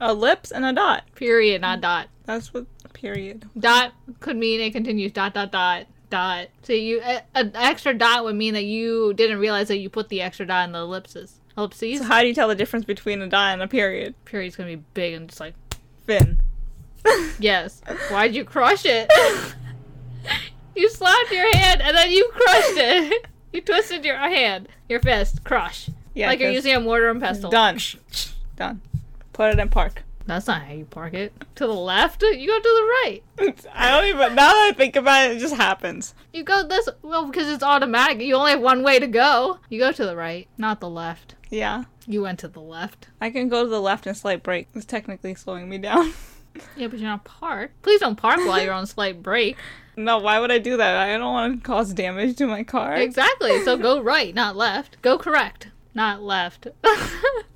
Speaker 2: Ellipse and a dot.
Speaker 1: Period. Not dot.
Speaker 2: That's what period.
Speaker 1: dot could mean it continues dot dot dot dot so you a, a extra dot would mean that you didn't realize that you put the extra dot in the ellipses ellipses
Speaker 2: So how do you tell the difference between a dot and a period?
Speaker 1: period's gonna be big and just like
Speaker 2: Fin.
Speaker 1: yes why'd you crush it you slapped your hand and then you crushed it you twisted your hand your fist crush
Speaker 2: Yeah.
Speaker 1: like you're
Speaker 2: 'cause-
Speaker 1: using a mortar and pestle
Speaker 2: done. done. Put it in park.
Speaker 1: that's not how you park it to the left you go to the right
Speaker 2: I don't even. Now that I think about it, it just happens.
Speaker 1: you go this well because it's automatic you only have one way to go you go to the right not the left
Speaker 2: Yeah.
Speaker 1: You went to the left.
Speaker 2: I can go to the left and slight break. It's technically slowing me down.
Speaker 1: Yeah, but you're not parked. Please don't park while you're on slight break.
Speaker 2: no, why would I do that? I don't want to cause damage to my car.
Speaker 1: Exactly. So go right, not left. Go correct, not left.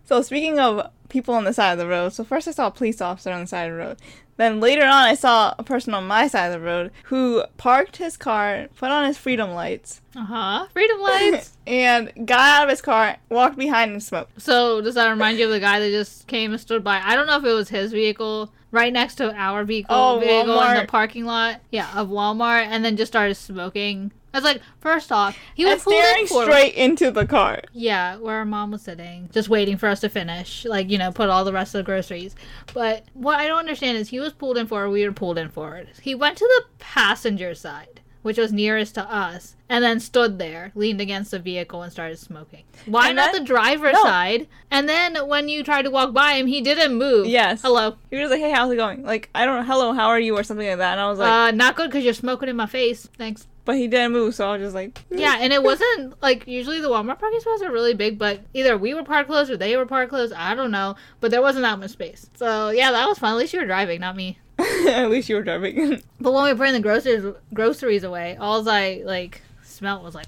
Speaker 2: So speaking of people on the side of the road, so first I saw a police officer on the side of the road. Then later on, I saw a person on my side of the road who parked his car, put on his freedom lights,
Speaker 1: uh huh. Freedom lights.
Speaker 2: and got out of his car, walked behind and smoked.
Speaker 1: So does that remind you of the guy that just came and stood by? I don't know if it was his vehicle, right next to our vehicle,
Speaker 2: Oh,
Speaker 1: vehicle in the
Speaker 2: Walmart.
Speaker 1: parking lot. Yeah, of Walmart, and then just started smoking. I was like, first off, he
Speaker 2: And
Speaker 1: was pulled
Speaker 2: staring
Speaker 1: in for-
Speaker 2: straight into the car.
Speaker 1: Yeah, where our mom was sitting, just waiting for us to finish, like, you know, put all the rest of the groceries. But what I don't understand is he was pulled in forward, we were pulled in forward. He went to the passenger side, which was nearest to us, and then stood there, leaned against the vehicle, and started smoking. Why
Speaker 2: And
Speaker 1: not
Speaker 2: then-
Speaker 1: the driver's
Speaker 2: No.
Speaker 1: side? And then when you tried to walk by him, he didn't move.
Speaker 2: Yes.
Speaker 1: Hello.
Speaker 2: He was like, "Hey, how's it going?" Like, I don't know, "Hello, how are you?" or something like that. And I was like,
Speaker 1: uh, not good because you're smoking in my face. Thanks.
Speaker 2: "But he didn't move," so I was just like,
Speaker 1: Yeah, and it wasn't like usually the Walmart parking spots are really big, but either we were parked close or they were parked close. I don't know, but there wasn't that much space. So yeah, that was fun. At least you were driving, not me.
Speaker 2: At least you were driving.
Speaker 1: But when we were putting the groceries groceries away, all I like smelt was like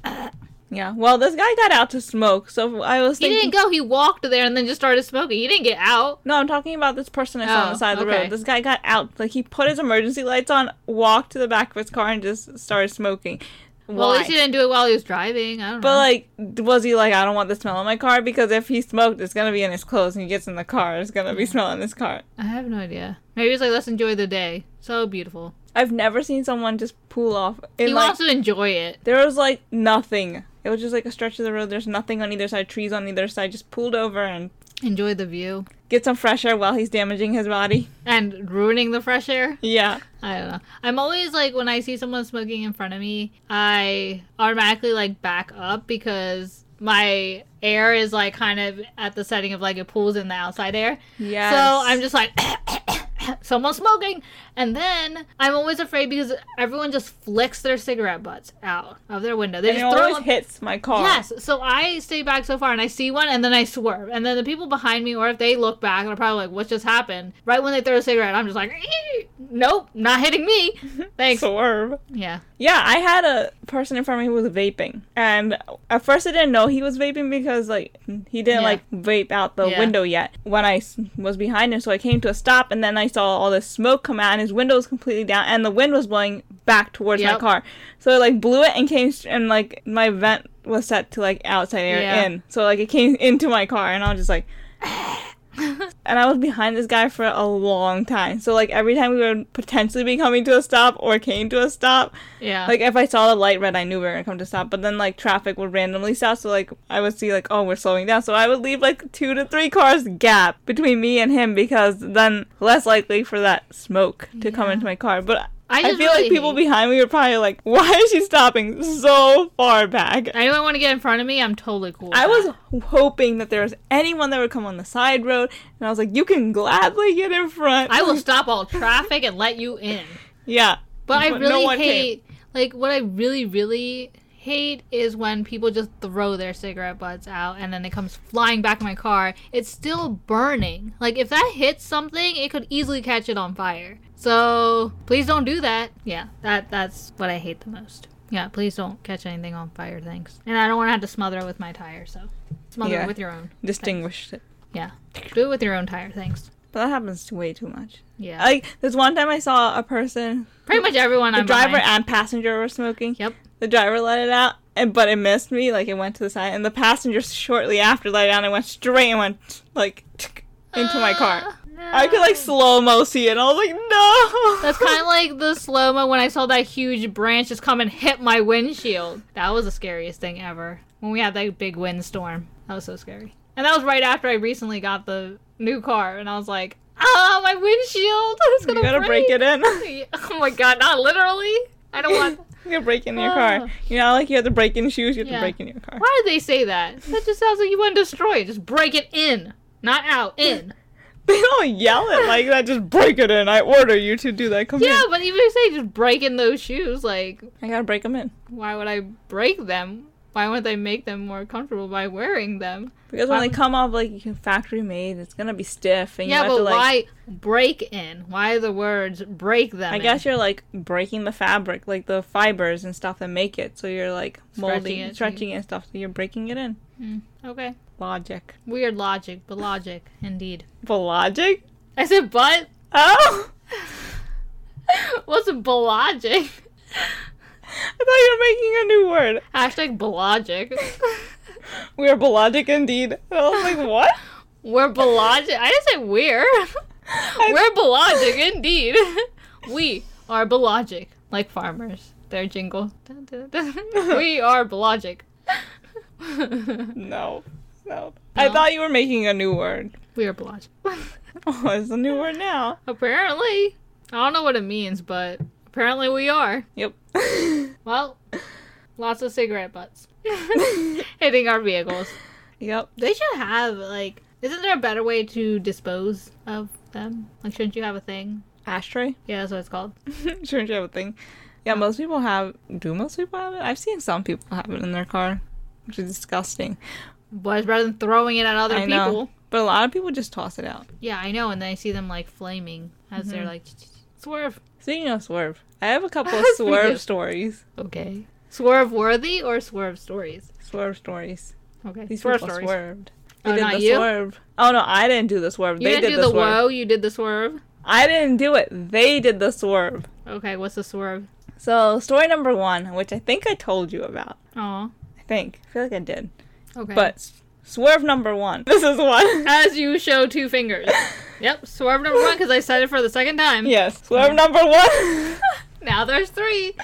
Speaker 2: yeah. Well, this guy got out to smoke, so I was
Speaker 1: he
Speaker 2: thinking.
Speaker 1: didn't go. He walked there and then just started smoking. He didn't get out.
Speaker 2: No, I'm talking about this person I saw on
Speaker 1: Oh,
Speaker 2: the side of the
Speaker 1: okay.
Speaker 2: road. This guy got out, like he put his emergency lights on, walked to the back of his car, and just started smoking. Why?
Speaker 1: Well, at least he didn't do it while he was driving. I don't
Speaker 2: but
Speaker 1: know.
Speaker 2: like, was he like, I don't want the smell in my car because if he smoked, it's gonna be in his clothes, and he gets in the car, it's gonna
Speaker 1: Mm-hmm.
Speaker 2: be smelling his car.
Speaker 1: I have no idea. Maybe it's like let's enjoy the day. So beautiful.
Speaker 2: I've never seen someone just pull off. In,
Speaker 1: he
Speaker 2: like,
Speaker 1: wants to enjoy it.
Speaker 2: There was like nothing. It was just like a stretch of the road. There's nothing on either side, trees on either side. Just pulled over and
Speaker 1: Enjoy the view
Speaker 2: get some fresh air while he's damaging his body.
Speaker 1: and ruining the fresh air.
Speaker 2: Yeah.
Speaker 1: I don't know. I'm always like when I see someone smoking in front of me, I automatically like back up because my air is like kind of at the setting of like it pulls in the outside air.
Speaker 2: Yeah.
Speaker 1: So I'm just like someone's smoking. And then I'm always afraid because everyone just flicks their cigarette butts out of their window. They
Speaker 2: And it
Speaker 1: just throw
Speaker 2: always
Speaker 1: them.
Speaker 2: hits my car.
Speaker 1: Yes, so I stay back so far and I see one and then I swerve. And then the people behind me, or if they look back, and are probably like, what just happened? Right when they throw a cigarette, I'm just like, "Ee, nope, not hitting me. Thanks.
Speaker 2: Swerve.
Speaker 1: yeah.
Speaker 2: Yeah, I had a person in front of me who was vaping, and at first I didn't know he was vaping because like he didn't
Speaker 1: Yeah.
Speaker 2: like vape out the
Speaker 1: Yeah.
Speaker 2: window yet. When I s- was behind him, so I came to a stop, and then I saw all this smoke come out, and his window was completely down, and the wind was blowing back towards my
Speaker 1: Yep.
Speaker 2: car, so it like blew it and came str- and like my vent was set to like outside air
Speaker 1: Yeah.
Speaker 2: in, so like it came into my car, and I was just like. And I was behind this guy for a long time. So, like, every time we would potentially be coming to a stop or came to a stop,
Speaker 1: Yeah.
Speaker 2: like if I saw the light red, I knew we were gonna come to stop. But then like traffic would randomly stop, so like I would see like oh we're slowing down, so I would leave like two to three cars gap between me and him because then less likely for that smoke to come into my car. But
Speaker 1: I
Speaker 2: I,
Speaker 1: just
Speaker 2: feel
Speaker 1: really
Speaker 2: like people
Speaker 1: hate-
Speaker 2: behind me were probably like why is she stopping so far back?
Speaker 1: I don't want to get in front of me. I'm totally cool. with
Speaker 2: I
Speaker 1: that.
Speaker 2: was hoping that there was anyone that would come on the side road, and I was like you can gladly get in front.
Speaker 1: I will stop all traffic and let you in.
Speaker 2: yeah,
Speaker 1: But I
Speaker 2: But
Speaker 1: really
Speaker 2: no one came.
Speaker 1: hate, like, what I really, really hate is when people just throw their cigarette butts out and then it comes flying back in my car. It's still burning. Like, if that hits something, it could easily catch it on fire. So please don't do that. Yeah, that that's what I hate the most. Yeah, please don't catch anything on fire, thanks. And I don't want to have to smother it with my tire, so smother
Speaker 2: Yeah.
Speaker 1: it with your own.
Speaker 2: distinguished it.
Speaker 1: Yeah, do it with your own tire, thanks.
Speaker 2: But that happens way too much.
Speaker 1: Yeah,
Speaker 2: Like this one time I saw a person
Speaker 1: pretty much everyone.
Speaker 2: the
Speaker 1: I'm
Speaker 2: driver
Speaker 1: behind-
Speaker 2: and passenger were smoking.
Speaker 1: Yep.
Speaker 2: The driver let it out, and but it missed me. Like it went to the side, and the passenger shortly after let it out and went straight and went like into my car.
Speaker 1: Ah,
Speaker 2: I could like slow mo see it. And I was like, no.
Speaker 1: That's kind of like the slow mo when I saw that huge branch just come and hit my windshield. That was the scariest thing ever. When we had that big windstorm, that was so scary. And that was right after I recently got the new car, and I was like, "Ah, my windshield! It's gonna
Speaker 2: you gotta break it in.
Speaker 1: break. Oh my god! Not literally. I don't want.
Speaker 2: you gotta break in your
Speaker 1: Ah.
Speaker 2: car. You know, like you have to break in shoes. You have
Speaker 1: Yeah.
Speaker 2: to break in your car.
Speaker 1: Why did they say that? That just sounds like you want to destroy it. Just break it in, not out. In.
Speaker 2: They don't yell it like that. Just break it in. I order you to do that. Come
Speaker 1: Yeah, but even if you say just break in those shoes, like
Speaker 2: in. I gotta break them in
Speaker 1: why would I break them? Why wouldn't I make them more comfortable by wearing them?
Speaker 2: because when
Speaker 1: Why
Speaker 2: they
Speaker 1: would-
Speaker 2: come off like factory made, it's gonna be stiff and
Speaker 1: yeah,
Speaker 2: you have
Speaker 1: but
Speaker 2: to like.
Speaker 1: why break in? Why the words break them?
Speaker 2: I
Speaker 1: in?
Speaker 2: guess you're like breaking the fabric, like the fibers and stuff that make it. So you're like molding,
Speaker 1: Stretching
Speaker 2: stretching
Speaker 1: it.
Speaker 2: it, and stuff. So you're breaking it in.
Speaker 1: Okay.
Speaker 2: Logic.
Speaker 1: Weird logic, but logic indeed.
Speaker 2: But logic?
Speaker 1: I said, but
Speaker 2: Oh!
Speaker 1: what's a logic?
Speaker 2: I thought you were making a new word.
Speaker 1: Hashtag logic.
Speaker 2: We are belogic indeed. And I was like, what?
Speaker 1: We're logic. I didn't say we're. We're logic indeed. we are logic, like farmers. Their jingle. Dun, dun, dun. we are logic.
Speaker 2: No. No. I thought you were making a new word.
Speaker 1: we are logic.
Speaker 2: Oh, it's a new word now.
Speaker 1: Apparently. I don't know what it means, but apparently we are.
Speaker 2: Yep.
Speaker 1: Well, lots of cigarette butts hitting our vehicles.
Speaker 2: yep.
Speaker 1: They should have, like, isn't there a better way to dispose of them? Like, shouldn't you have a thing?
Speaker 2: Ashtray.
Speaker 1: Yeah, that's what it's called.
Speaker 2: Shouldn't you have a thing? Yeah, most people have. Do most people have it? I've seen some people have it in their car, which is disgusting.
Speaker 1: But it's better than throwing it at other
Speaker 2: I
Speaker 1: people.
Speaker 2: know. But a lot of people just toss it out.
Speaker 1: Yeah, I know. And then I see them, like, flaming as
Speaker 2: Mm-hmm.
Speaker 1: they're like, swerve.
Speaker 2: Speaking of swerve, I have a couple of
Speaker 1: Speaking
Speaker 2: swerve
Speaker 1: of-
Speaker 2: stories.
Speaker 1: Okay. Swerve worthy or swerve stories?
Speaker 2: Swerve stories.
Speaker 1: Okay.
Speaker 2: These
Speaker 1: swerve
Speaker 2: people swerved. They
Speaker 1: Oh,
Speaker 2: did
Speaker 1: not
Speaker 2: the
Speaker 1: you?
Speaker 2: swerve. Oh no, I didn't do the swerve.
Speaker 1: You
Speaker 2: they
Speaker 1: didn't do
Speaker 2: did the
Speaker 1: the,
Speaker 2: swerve.
Speaker 1: woe, you did the swerve.
Speaker 2: I didn't do it. They did the swerve.
Speaker 1: Okay, what's the swerve?
Speaker 2: So story number one, which I think I told you about.
Speaker 1: Oh,
Speaker 2: I think. I feel like I did.
Speaker 1: okay.
Speaker 2: But s- swerve number one. This is one.
Speaker 1: as you show two fingers. yep, swerve number one because I said it for the second time.
Speaker 2: yes. Swerve number one.
Speaker 1: Now there's three.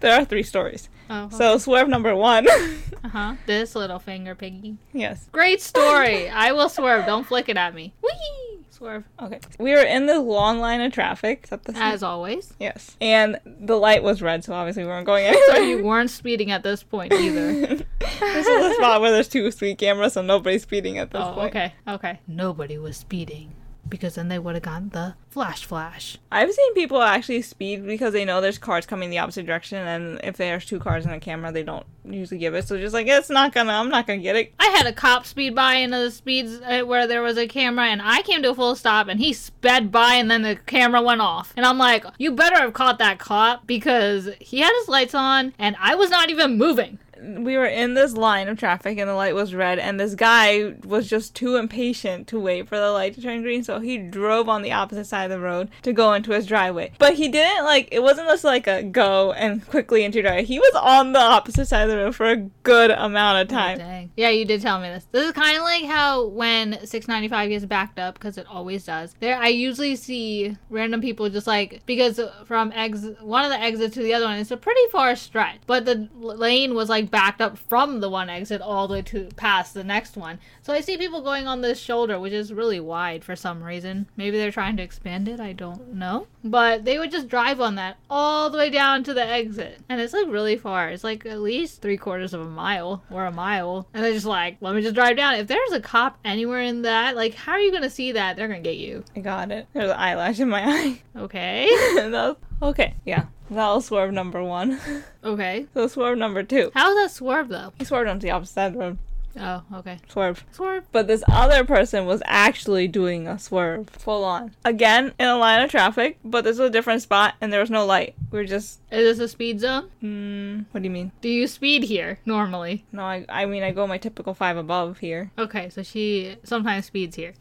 Speaker 2: there are three stories.
Speaker 1: Oh,
Speaker 2: So swerve number one.
Speaker 1: uh huh. This little finger piggy.
Speaker 2: yes.
Speaker 1: Great story. I will swerve. Don't flick it at me. Whee! Swerve
Speaker 2: Okay. We were in this long line of traffic. Is that the
Speaker 1: as always.
Speaker 2: Yes. And the light was red, so obviously we weren't going
Speaker 1: So
Speaker 2: anywhere.
Speaker 1: you weren't speeding at this point either.
Speaker 2: this is the spot where there's two speed cameras, so nobody's speeding at this
Speaker 1: Oh,
Speaker 2: point.
Speaker 1: okay. Okay. Nobody was speeding because then they would have gotten the flash flash.
Speaker 2: I've seen people actually speed because they know there's cars coming the opposite direction, and if there's two cars in a camera, they don't usually give it. So just like it's not gonna, I'm not gonna get it.
Speaker 1: I had a cop speed by in the speeds uh, where there was a camera, and I came to a full stop, and he sped by, and then the camera went off. And I'm like, you better have caught that cop because he had his lights on, and I was not even moving.
Speaker 2: We were in this line of traffic, and the light was red, and this guy was just too impatient to wait for the light to turn green, so he drove on the opposite side of the road to go into his driveway. But he didn't like it wasn't just like a go and quickly into your driveway. He was on the opposite side of the road for a good amount of time.
Speaker 1: Dang. Yeah, you did tell me this. This is kind of like how when 695 gets backed up, because it always does. There, I usually see random people just like because from ex one of the exits to the other one, it's a pretty far stretch, but the l- lane was like backed up from the one exit all the way to past the next one. So I see people going on this shoulder, which is really wide for some reason. Maybe they're trying to expand it. I don't know, but they would just drive on that all the way down to the exit, and it's like really far. It's like at least three quarters of a mile or a mile, and they're just like, let me just drive down. If there's a cop anywhere in that, like, how are you gonna see that? They're gonna get you.
Speaker 2: I got it. There's an eyelash in my eye.
Speaker 1: Okay.
Speaker 2: That was- okay, yeah. That was swerve number one.
Speaker 1: Okay.
Speaker 2: so swerve number two.
Speaker 1: How's that swerve though?
Speaker 2: He swerved onto the opposite side of the road.
Speaker 1: Oh, okay.
Speaker 2: Swerve.
Speaker 1: Swerve.
Speaker 2: But this other person was actually doing a swerve. Full on. Again, in a line of traffic, but this was a different spot and there was no light. We were just,
Speaker 1: Is this a speed zone?
Speaker 2: mm, what do you mean?
Speaker 1: Do you speed here normally?
Speaker 2: No, I, I mean, I go my typical five above here.
Speaker 1: Okay, so she sometimes speeds here.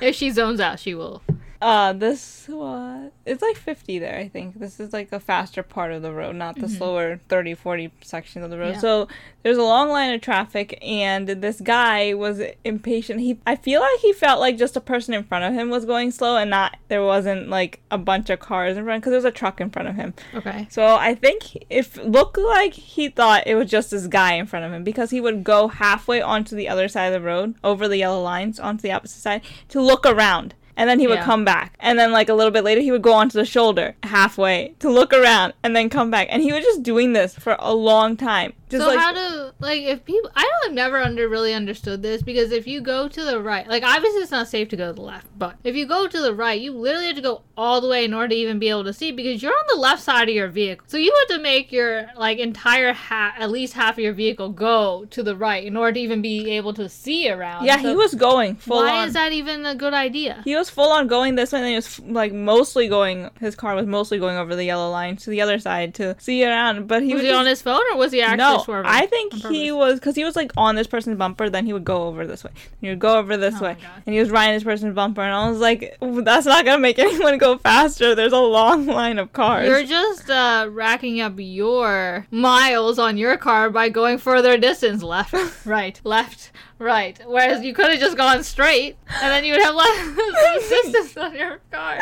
Speaker 1: if she zones out, she will.
Speaker 2: Uh, this was, it's like 50 there, I think. This is like a faster part of the road, not the slower 30, 40 section of the road.
Speaker 1: Yeah.
Speaker 2: So there's a long line of traffic, and this guy was impatient. He, I feel like he felt like just a person in front of him was going slow and not, there wasn't like a bunch of cars in front, because there was a truck in front of him.
Speaker 1: Okay.
Speaker 2: So I think if looked like he thought it was just this guy in front of him because he would go halfway onto the other side of the road, over the yellow lines, onto the opposite side to look around. And then he would
Speaker 1: Yeah.
Speaker 2: come back. And then like a little bit later he would go onto the shoulder halfway to look around and then come back. And he was just doing this for a long time. Just
Speaker 1: so
Speaker 2: like
Speaker 1: how do like if people? I don't have never under really understood this because if you go to the right, like obviously it's not safe to go to the left, but if you go to the right, you literally have to go all the way in order to even be able to see because you're on the left side of your vehicle. So you have to make your like entire ha- at least half of your vehicle go to the right in order to even be able to see around.
Speaker 2: Yeah,
Speaker 1: So
Speaker 2: he was going full
Speaker 1: Why
Speaker 2: on.
Speaker 1: is that even a good idea?
Speaker 2: He was full on going this way, and he was like mostly going. His car was mostly going over the yellow line to the other side to see around. But he
Speaker 1: was
Speaker 2: was
Speaker 1: he
Speaker 2: just-
Speaker 1: on his phone or was he actually
Speaker 2: no,
Speaker 1: swerving?
Speaker 2: I think
Speaker 1: on
Speaker 2: he
Speaker 1: purpose?
Speaker 2: was because he was like on this person's bumper. Then he would go over this way. And he would go over this
Speaker 1: Oh my
Speaker 2: way,
Speaker 1: God.
Speaker 2: and he was riding this person's bumper. And I was like, "Ooh, that's not gonna make anyone go faster. There's a long line of cars.
Speaker 1: You're just uh, racking up your miles on your car by going further distance left, right, left, right. Whereas you could have just gone straight, and then you would have less distance on your car.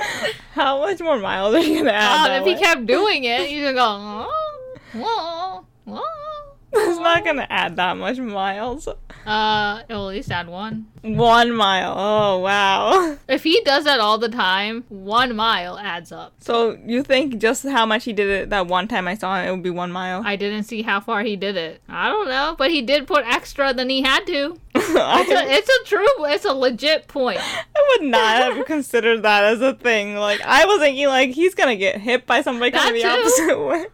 Speaker 2: How much more miles are you gonna add?
Speaker 1: Um,
Speaker 2: that
Speaker 1: if he
Speaker 2: way?
Speaker 1: kept doing it, you could go. "Oh, oh, oh."
Speaker 2: it's not gonna add that much miles.
Speaker 1: Uh, it'll at least add one.
Speaker 2: One mile. Oh wow.
Speaker 1: If he does that all the time, one mile adds up.
Speaker 2: So you think just how much he did it that one time I saw him, it would be one mile?
Speaker 1: I didn't see how far he did it. I don't know, but he did put extra than he had to. It's
Speaker 2: I,
Speaker 1: a, it's a true, it's a legit point.
Speaker 2: I would not have considered that as a thing. Like I was thinking, like he's gonna get hit by somebody coming the
Speaker 1: That
Speaker 2: opposite way.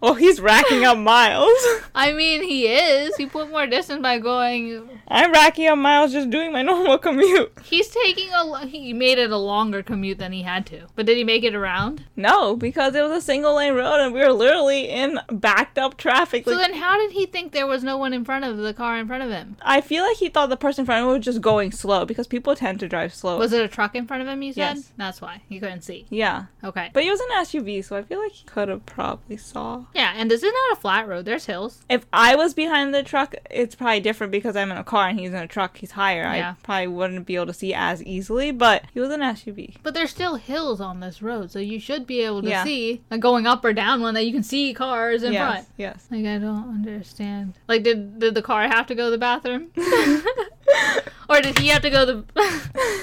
Speaker 2: Oh, he's racking up miles.
Speaker 1: I mean, he is. He put more distance by going.
Speaker 2: I'm racking up miles just doing my normal commute.
Speaker 1: He's taking a. lo- He made it a longer commute than he had to. But did he make it around?
Speaker 2: No, because it was a single lane road and we were literally in backed up traffic.
Speaker 1: So
Speaker 2: Like
Speaker 1: then, how did he think there was no one in front of the car in front of him?
Speaker 2: I feel like he thought the person in front of him was just going slow because people tend to drive slow.
Speaker 1: Was it a truck in front of him? You said
Speaker 2: Yes.
Speaker 1: that's why he couldn't see.
Speaker 2: yeah,
Speaker 1: Okay.
Speaker 2: but he was in an SUV, so I feel like he could have probably saw.
Speaker 1: Yeah, and this is not a flat road. There's hills.
Speaker 2: if I was behind the truck, it's probably different because I'm in a car and he's in a truck. He's higher.
Speaker 1: Yeah.
Speaker 2: I probably wouldn't be able to see as easily, but he was an SUV.
Speaker 1: But there's still hills on this road, so you should be able to
Speaker 2: Yeah.
Speaker 1: see, like going up or down one, that you can see cars in
Speaker 2: yes,
Speaker 1: front.
Speaker 2: yes.
Speaker 1: Like I don't understand. Like did did the car have to go to the bathroom? or did he have to go to the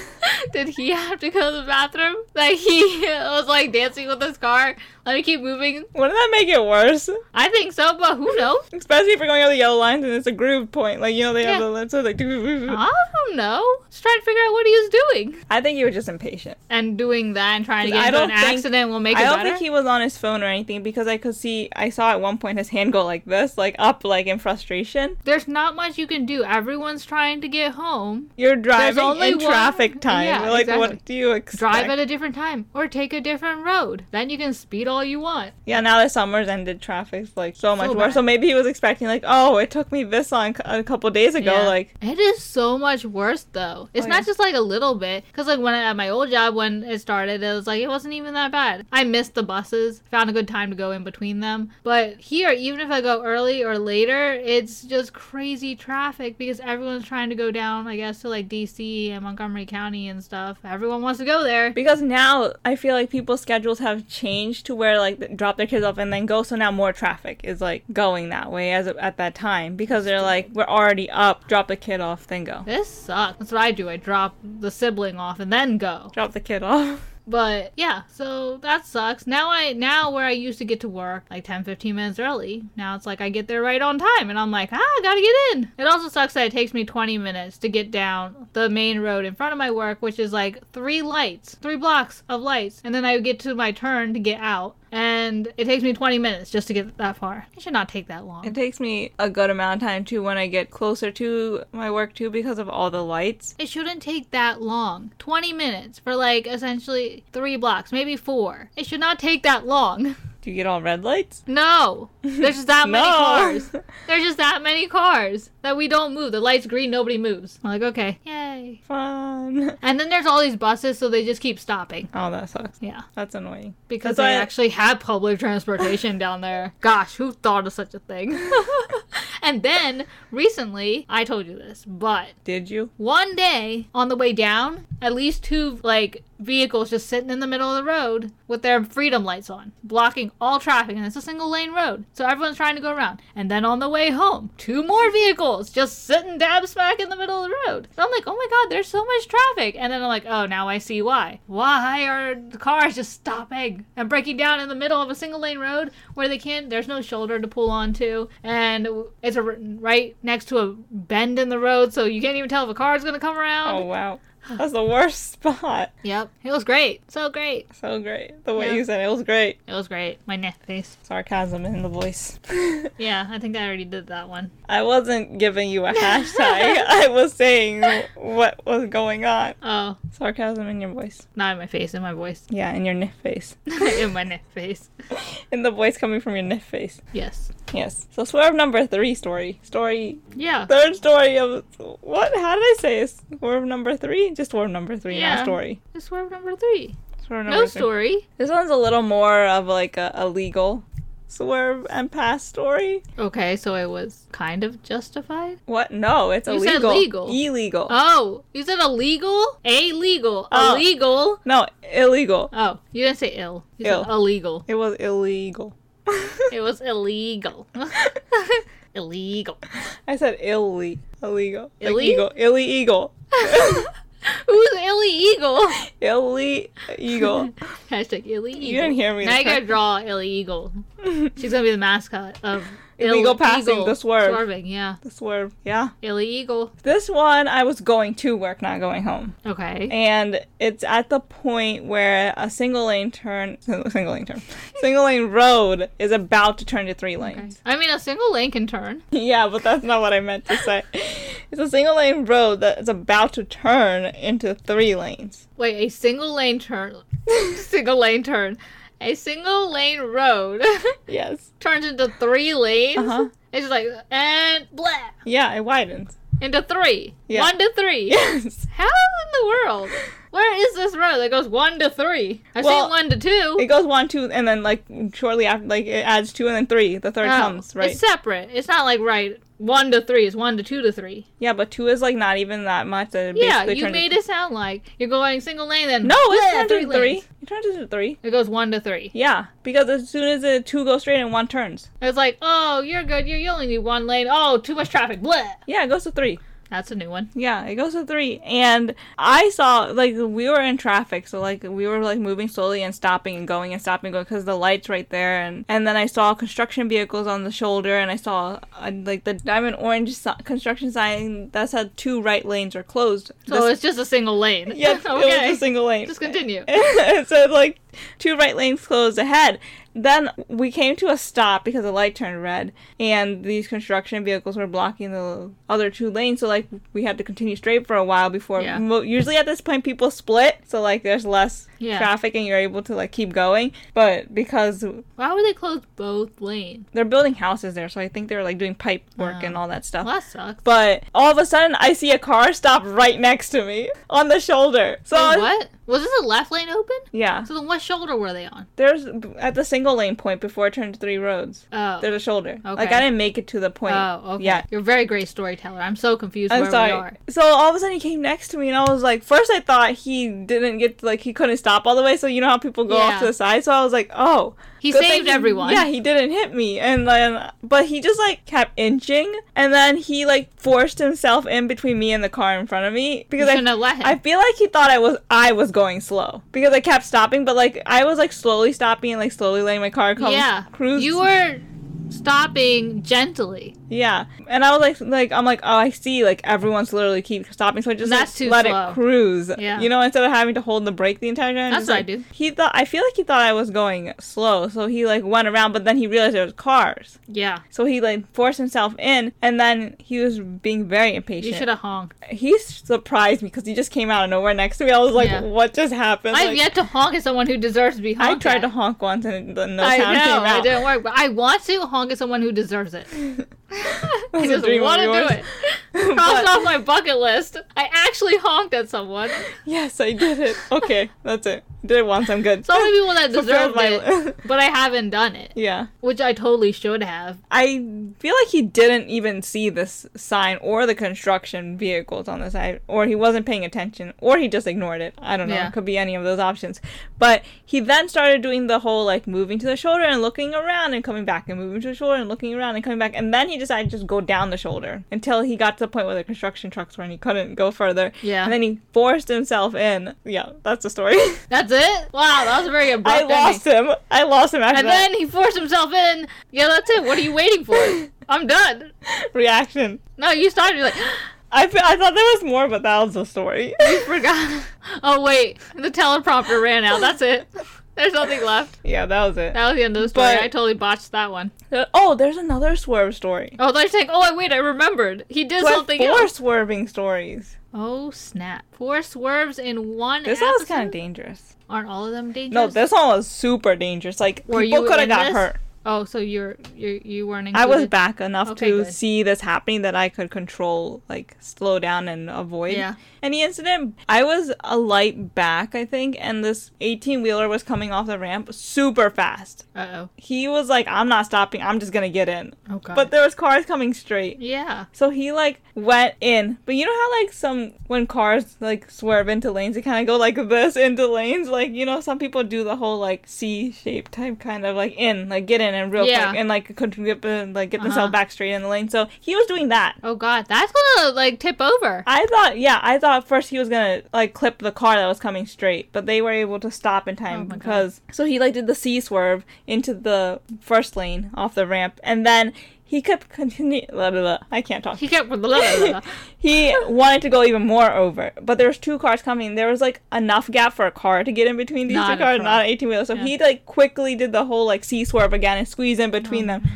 Speaker 1: Did he have to go to the bathroom? Like he was like dancing with his car. Let me keep moving.
Speaker 2: Wouldn't that make it worse?
Speaker 1: I think so, but who knows?
Speaker 2: Especially if you're going over the yellow lines and it's a groove point. Like, you know, they
Speaker 1: Yeah. Uh-huh.
Speaker 2: have the lips so it's like.
Speaker 1: I don't know. Just trying to figure out what he was doing.
Speaker 2: I think you were just impatient.
Speaker 1: And doing that and trying to
Speaker 2: I
Speaker 1: get into an
Speaker 2: don't think-
Speaker 1: accident will make it
Speaker 2: I don't
Speaker 1: better.
Speaker 2: think he was on his phone or anything because I could see, I saw at one point his hand go like this, like up, like in frustration.
Speaker 1: There's not much you can do. Everyone's trying to get home.
Speaker 2: You're driving
Speaker 1: only
Speaker 2: in
Speaker 1: one-
Speaker 2: traffic time.
Speaker 1: Yeah,
Speaker 2: like,
Speaker 1: exactly.
Speaker 2: what do you expect?
Speaker 1: Drive at a different time or take a different road. Then you can speed all you want.
Speaker 2: Yeah, now that summer's ended, traffic's like so much worse.
Speaker 1: bad.
Speaker 2: So maybe he was expecting like, oh, it took me this long c- a couple days ago.
Speaker 1: Yeah.
Speaker 2: Like,
Speaker 1: it is so much worse though. It's
Speaker 2: Oh,
Speaker 1: not
Speaker 2: yeah.
Speaker 1: just like a little bit because like when I, at my old job when it started, it was like it wasn't even that bad. I missed the buses, found a good time to go in between them. But here, even if I go early or later, it's just crazy traffic because everyone's trying to go down, I guess, to like DC and Montgomery County and stuff. Everyone wants to go there.
Speaker 2: because now I feel like people's schedules have changed to where like they drop their kids off and then go. So now more traffic is like going that way as of- at that time because they're like, we're already up, drop the kid off, then go.
Speaker 1: This sucks. That's what I do. I drop the sibling off and then go.
Speaker 2: Drop the kid off.
Speaker 1: But yeah, so that sucks. Now I now where I used to get to work like 10 15 minutes early, now it's like I get there right on time and I'm like, "Ah, I got to get in." It also sucks that it takes me 20 minutes to get down the main road in front of my work, which is like three lights, three blocks of lights, and then I get to my turn to get out, and it takes me 20 minutes just to get that far. It should not take that long.
Speaker 2: It takes me a good amount of time too when I get closer to my work too because of all the lights.
Speaker 1: It shouldn't take that long. 20 minutes for like essentially three blocks, maybe four. It should not take that long.
Speaker 2: Do you get all red lights?
Speaker 1: No, there's just that many
Speaker 2: No.
Speaker 1: cars. There's just that many cars that we don't move. The light's green, nobody moves. I'm like, okay, yay.
Speaker 2: Fun.
Speaker 1: And then there's all these buses, so they just keep stopping.
Speaker 2: Oh, that sucks.
Speaker 1: Yeah,
Speaker 2: That's annoying.
Speaker 1: because
Speaker 2: That's why
Speaker 1: they
Speaker 2: I-
Speaker 1: actually have public transportation down there. Gosh, who thought of such a thing? and then recently, I told you this, but
Speaker 2: Did you?
Speaker 1: one day on the way down, at least two like vehicles just sitting in the middle of the road with their freedom lights on, blocking all traffic, and it's a single lane road, so everyone's trying to go around. And then on the way home, two more vehicles just sitting dab smack in the middle of the road. So I'm like, oh my god, there's so much traffic. And then I'm like, oh, now I see why. Why are the cars just stopping and breaking down in the middle of a single lane road where they can't? There's no shoulder to pull onto, and it's a, right next to a bend in the road, so you can't even tell if a car's gonna come around.
Speaker 2: Oh wow. That's the worst spot.
Speaker 1: Yep, it was great, so great.
Speaker 2: So great. The way
Speaker 1: Yeah.
Speaker 2: you said it was great.
Speaker 1: It was great. My neck face.
Speaker 2: Sarcasm in the voice.
Speaker 1: Yeah, I think I already did that one.
Speaker 2: I wasn't giving you a hashtag. I was saying what was going on.
Speaker 1: Oh,
Speaker 2: Sarcasm in your voice.
Speaker 1: not in my face, in my voice,
Speaker 2: Yeah, in your nif face.
Speaker 1: in my neck face.
Speaker 2: In the voice coming from your nif face.
Speaker 1: Yes.
Speaker 2: Yes. So swerve number three story. Story
Speaker 1: Yeah.
Speaker 2: third story of what? How did I say it? Swerve number three? Just swerve number three,
Speaker 1: Yeah.
Speaker 2: not story.
Speaker 1: This swerve number three.
Speaker 2: Swerve number
Speaker 1: No
Speaker 2: three.
Speaker 1: story.
Speaker 2: This one's a little more of like a, a legal swerve and pass story.
Speaker 1: Okay, so it was kind of justified.
Speaker 2: What? No, it's
Speaker 1: You said
Speaker 2: illegal.
Speaker 1: legal.
Speaker 2: Illegal.
Speaker 1: Oh, you said illegal? Illegal.
Speaker 2: Oh.
Speaker 1: Illegal.
Speaker 2: no, illegal.
Speaker 1: Oh, you didn't say ill. You said
Speaker 2: Ill.
Speaker 1: illegal.
Speaker 2: It was illegal.
Speaker 1: It was illegal. illegal.
Speaker 2: I said illy. Illegal.
Speaker 1: Illy?
Speaker 2: Like eagle. Illy eagle.
Speaker 1: Who's illegal?
Speaker 2: Illy eagle.
Speaker 1: Hashtag illegal.
Speaker 2: You didn't hear me
Speaker 1: Now
Speaker 2: the
Speaker 1: you gotta
Speaker 2: first-
Speaker 1: draw illegal. She's gonna be the mascot of
Speaker 2: Illegal passing,
Speaker 1: illegal
Speaker 2: the swerve.
Speaker 1: Swerving, yeah.
Speaker 2: the swerve. Yeah.
Speaker 1: Illegal.
Speaker 2: This one I was going to work, not going home.
Speaker 1: Okay.
Speaker 2: and it's at the point where a single lane turn single lane turn single lane road is about to turn to three lanes
Speaker 1: I mean, a single lane can turn.
Speaker 2: yeah but that's not what i meant to say it's a single lane road that is about to turn into three lanes
Speaker 1: Wait, a single lane turn. single lane turn. A single lane road
Speaker 2: yes
Speaker 1: turns into three lanes.
Speaker 2: Uh-huh.
Speaker 1: It's just like, and blah,
Speaker 2: yeah it widens
Speaker 1: into three.
Speaker 2: Yeah.
Speaker 1: One to three.
Speaker 2: yes
Speaker 1: How in the world? Where is this road that goes one to three? I've
Speaker 2: Well,
Speaker 1: seen one to two.
Speaker 2: it goes one two and then like shortly after like it adds two and then three the third
Speaker 1: Oh,
Speaker 2: comes right
Speaker 1: It's separate. It's not like right one to three. It's one to two to three.
Speaker 2: yeah but two is like not even that much that it
Speaker 1: yeah,
Speaker 2: basically
Speaker 1: you
Speaker 2: turned
Speaker 1: made
Speaker 2: to-
Speaker 1: it sound like you're going single lane. Then
Speaker 2: no it's
Speaker 1: bleh,
Speaker 2: turned to three
Speaker 1: lanes.
Speaker 2: it turns into three
Speaker 1: It goes one to three.
Speaker 2: yeah because as soon as the two goes straight and one turns
Speaker 1: It's like, oh, you're good. You you only need one lane. Oh, too much traffic. Blah.
Speaker 2: Yeah, it goes to three.
Speaker 1: That's a new one.
Speaker 2: Yeah, it goes to three. And I saw, like, we were in traffic. So, like, we were, like, moving slowly and stopping and going and stopping and going because the light's right there. And, and then I saw construction vehicles on the shoulder and I saw, uh, like, the diamond orange si- construction sign that said two right lanes are closed.
Speaker 1: So
Speaker 2: This-
Speaker 1: it's just a single lane.
Speaker 2: Yep, it
Speaker 1: okay.
Speaker 2: was a single lane.
Speaker 1: Just continue.
Speaker 2: it said, like, two right lanes closed ahead. Then we came to a stop because the light turned red and these construction vehicles were blocking the other two lanes. So, like, we had to continue straight for a while before.
Speaker 1: Yeah.
Speaker 2: Mo- usually at this point, people split. So, like, there's less
Speaker 1: Yeah.
Speaker 2: traffic and you're able to, like, keep going. But because
Speaker 1: Why would they close both lanes?
Speaker 2: they're building houses there, so I think they're, like, doing pipe work
Speaker 1: Oh.
Speaker 2: and all that stuff.
Speaker 1: Well, that sucks.
Speaker 2: But all of a sudden, I see a car stop right next to me on the shoulder. So,
Speaker 1: Wait, what? Was this a left lane open?
Speaker 2: yeah.
Speaker 1: So then what shoulder were they on?
Speaker 2: There's at the single lane point before it turns three roads.
Speaker 1: Oh.
Speaker 2: There's a shoulder. Like
Speaker 1: Okay.
Speaker 2: I didn't make it to the point.
Speaker 1: Oh, okay.
Speaker 2: Yeah.
Speaker 1: You're a very great storyteller. I'm so confused
Speaker 2: I'm
Speaker 1: where we
Speaker 2: sorry.
Speaker 1: are.
Speaker 2: So all of a sudden he came next to me and I was like, first I thought he didn't get like he couldn't stop all the way. So you know how people go
Speaker 1: Yeah.
Speaker 2: off to the side. So I was like, oh,
Speaker 1: He
Speaker 2: good thing
Speaker 1: saved everyone.
Speaker 2: Yeah, he didn't hit me. And then but he just like kept inching and then he like forced himself in between me and the car in front of me
Speaker 1: You
Speaker 2: because I
Speaker 1: shouldn't have let him.
Speaker 2: I feel like he thought I was I was going slow because I kept stopping, but like I was like slowly stopping and like slowly letting my car come
Speaker 1: yeah.
Speaker 2: cruise.
Speaker 1: You were stopping gently.
Speaker 2: yeah, and I was like like I'm like oh I see like everyone's literally keep stopping, so I just
Speaker 1: That's
Speaker 2: like,
Speaker 1: too
Speaker 2: let
Speaker 1: slow.
Speaker 2: it cruise.
Speaker 1: Yeah.
Speaker 2: you know instead of having to hold the brake the entire time.
Speaker 1: That's
Speaker 2: just,
Speaker 1: what I
Speaker 2: like-
Speaker 1: do.
Speaker 2: He thought I feel like he thought I was going slow, so he like went around, but then he realized there was cars.
Speaker 1: Yeah.
Speaker 2: So he like forced himself in, and then he was being very impatient.
Speaker 1: You should have honked.
Speaker 2: He surprised me because he just came out of nowhere next to me. I was like,
Speaker 1: Yeah.
Speaker 2: "What just happened?"
Speaker 1: I've
Speaker 2: Like-
Speaker 1: yet to honk at someone who deserves to be
Speaker 2: I
Speaker 1: honked.
Speaker 2: tried
Speaker 1: at.
Speaker 2: to honk once and the no
Speaker 1: I
Speaker 2: sound
Speaker 1: know.
Speaker 2: came
Speaker 1: I
Speaker 2: out.
Speaker 1: didn't work, but I want to honk at someone who deserves it. I
Speaker 2: a
Speaker 1: just
Speaker 2: dream of
Speaker 1: want to
Speaker 2: yours.
Speaker 1: do it. Crossed
Speaker 2: But-
Speaker 1: off my bucket list. I actually honked at someone.
Speaker 2: Yes, I did it. Okay, that's it. Did it once. I'm good.
Speaker 1: So many people that
Speaker 2: Fulfilled
Speaker 1: deserved
Speaker 2: my
Speaker 1: it,
Speaker 2: li-
Speaker 1: but I haven't done it,
Speaker 2: yeah,
Speaker 1: which I totally should have.
Speaker 2: I feel like he didn't even see this sign or the construction vehicles on the side, or he wasn't paying attention, or he just ignored it. I don't know.
Speaker 1: Yeah.
Speaker 2: It could be any of those options. But he then started doing the whole like moving to the shoulder and looking around and coming back and moving to the shoulder and looking around and coming back, and then he decided to just go down the shoulder until he got to the point where the construction trucks were and he couldn't go further.
Speaker 1: Yeah.
Speaker 2: And then he forced himself in. Yeah, that's the story.
Speaker 1: That's it. Wow, that was a very abrupt.
Speaker 2: I lost
Speaker 1: ending.
Speaker 2: him. I lost him after
Speaker 1: And
Speaker 2: that
Speaker 1: then he forced himself in. Yeah, that's it. What are you waiting for? I'm done.
Speaker 2: reaction.
Speaker 1: No, you started. You're like,
Speaker 2: I, fe- I thought there was more, but that was the story.
Speaker 1: forgot. Oh wait, the teleprompter ran out. That's it. There's nothing left.
Speaker 2: yeah, that was it.
Speaker 1: That was the end of the story.
Speaker 2: But-
Speaker 1: I totally botched that one.
Speaker 2: oh, there's another swerve story.
Speaker 1: Oh, they're saying, oh, wait, I remembered. He did
Speaker 2: So I have
Speaker 1: something
Speaker 2: four
Speaker 1: else.
Speaker 2: swerving stories.
Speaker 1: Oh, snap. Four swerves in one
Speaker 2: This
Speaker 1: episode?
Speaker 2: one's kind of dangerous.
Speaker 1: Aren't all of them dangerous?
Speaker 2: No, this one was super dangerous. Like
Speaker 1: Were
Speaker 2: people
Speaker 1: you
Speaker 2: could
Speaker 1: in
Speaker 2: have got
Speaker 1: this?
Speaker 2: hurt.
Speaker 1: Oh, so you're, you're, you weren't included?
Speaker 2: I was back enough
Speaker 1: Okay,
Speaker 2: to
Speaker 1: good.
Speaker 2: see this happening that I could control, like slow down and avoid
Speaker 1: Yeah.
Speaker 2: any incident. I was a light back, I think, and this 18 wheeler was coming off the ramp super fast.
Speaker 1: Uh-oh.
Speaker 2: he was like, I'm not stopping. I'm just gonna get in.
Speaker 1: Oh, God.
Speaker 2: But there was cars coming straight.
Speaker 1: yeah.
Speaker 2: So he like went in, but you know how like some when cars like swerve into lanes, they kind of go like this into lanes. Like you know, some people do the whole like C shape type kind of like in, like get in and real
Speaker 1: Yeah.
Speaker 2: quick and like could get uh, like get
Speaker 1: Uh-huh.
Speaker 2: themselves back straight in the lane. So he was doing that.
Speaker 1: Oh, God. That's going to, like, tip over.
Speaker 2: I thought, yeah, I thought first he was gonna like clip the car that was coming straight, but they were able to stop in time
Speaker 1: Oh my God.
Speaker 2: because. So he like did the C swerve into the first lane off the ramp, and then he kept continue. Blah, blah, blah. I can't talk.
Speaker 1: he kept... Blah, blah, blah, blah.
Speaker 2: he wanted to go even more over, but there was two cars coming. There was like enough gap for a car to get in between these
Speaker 1: Not
Speaker 2: two
Speaker 1: a
Speaker 2: cars,
Speaker 1: car.
Speaker 2: not an eighteen wheeler. So
Speaker 1: Yeah.
Speaker 2: he like quickly did the whole like C swerve again and squeeze in between
Speaker 1: Oh
Speaker 2: them.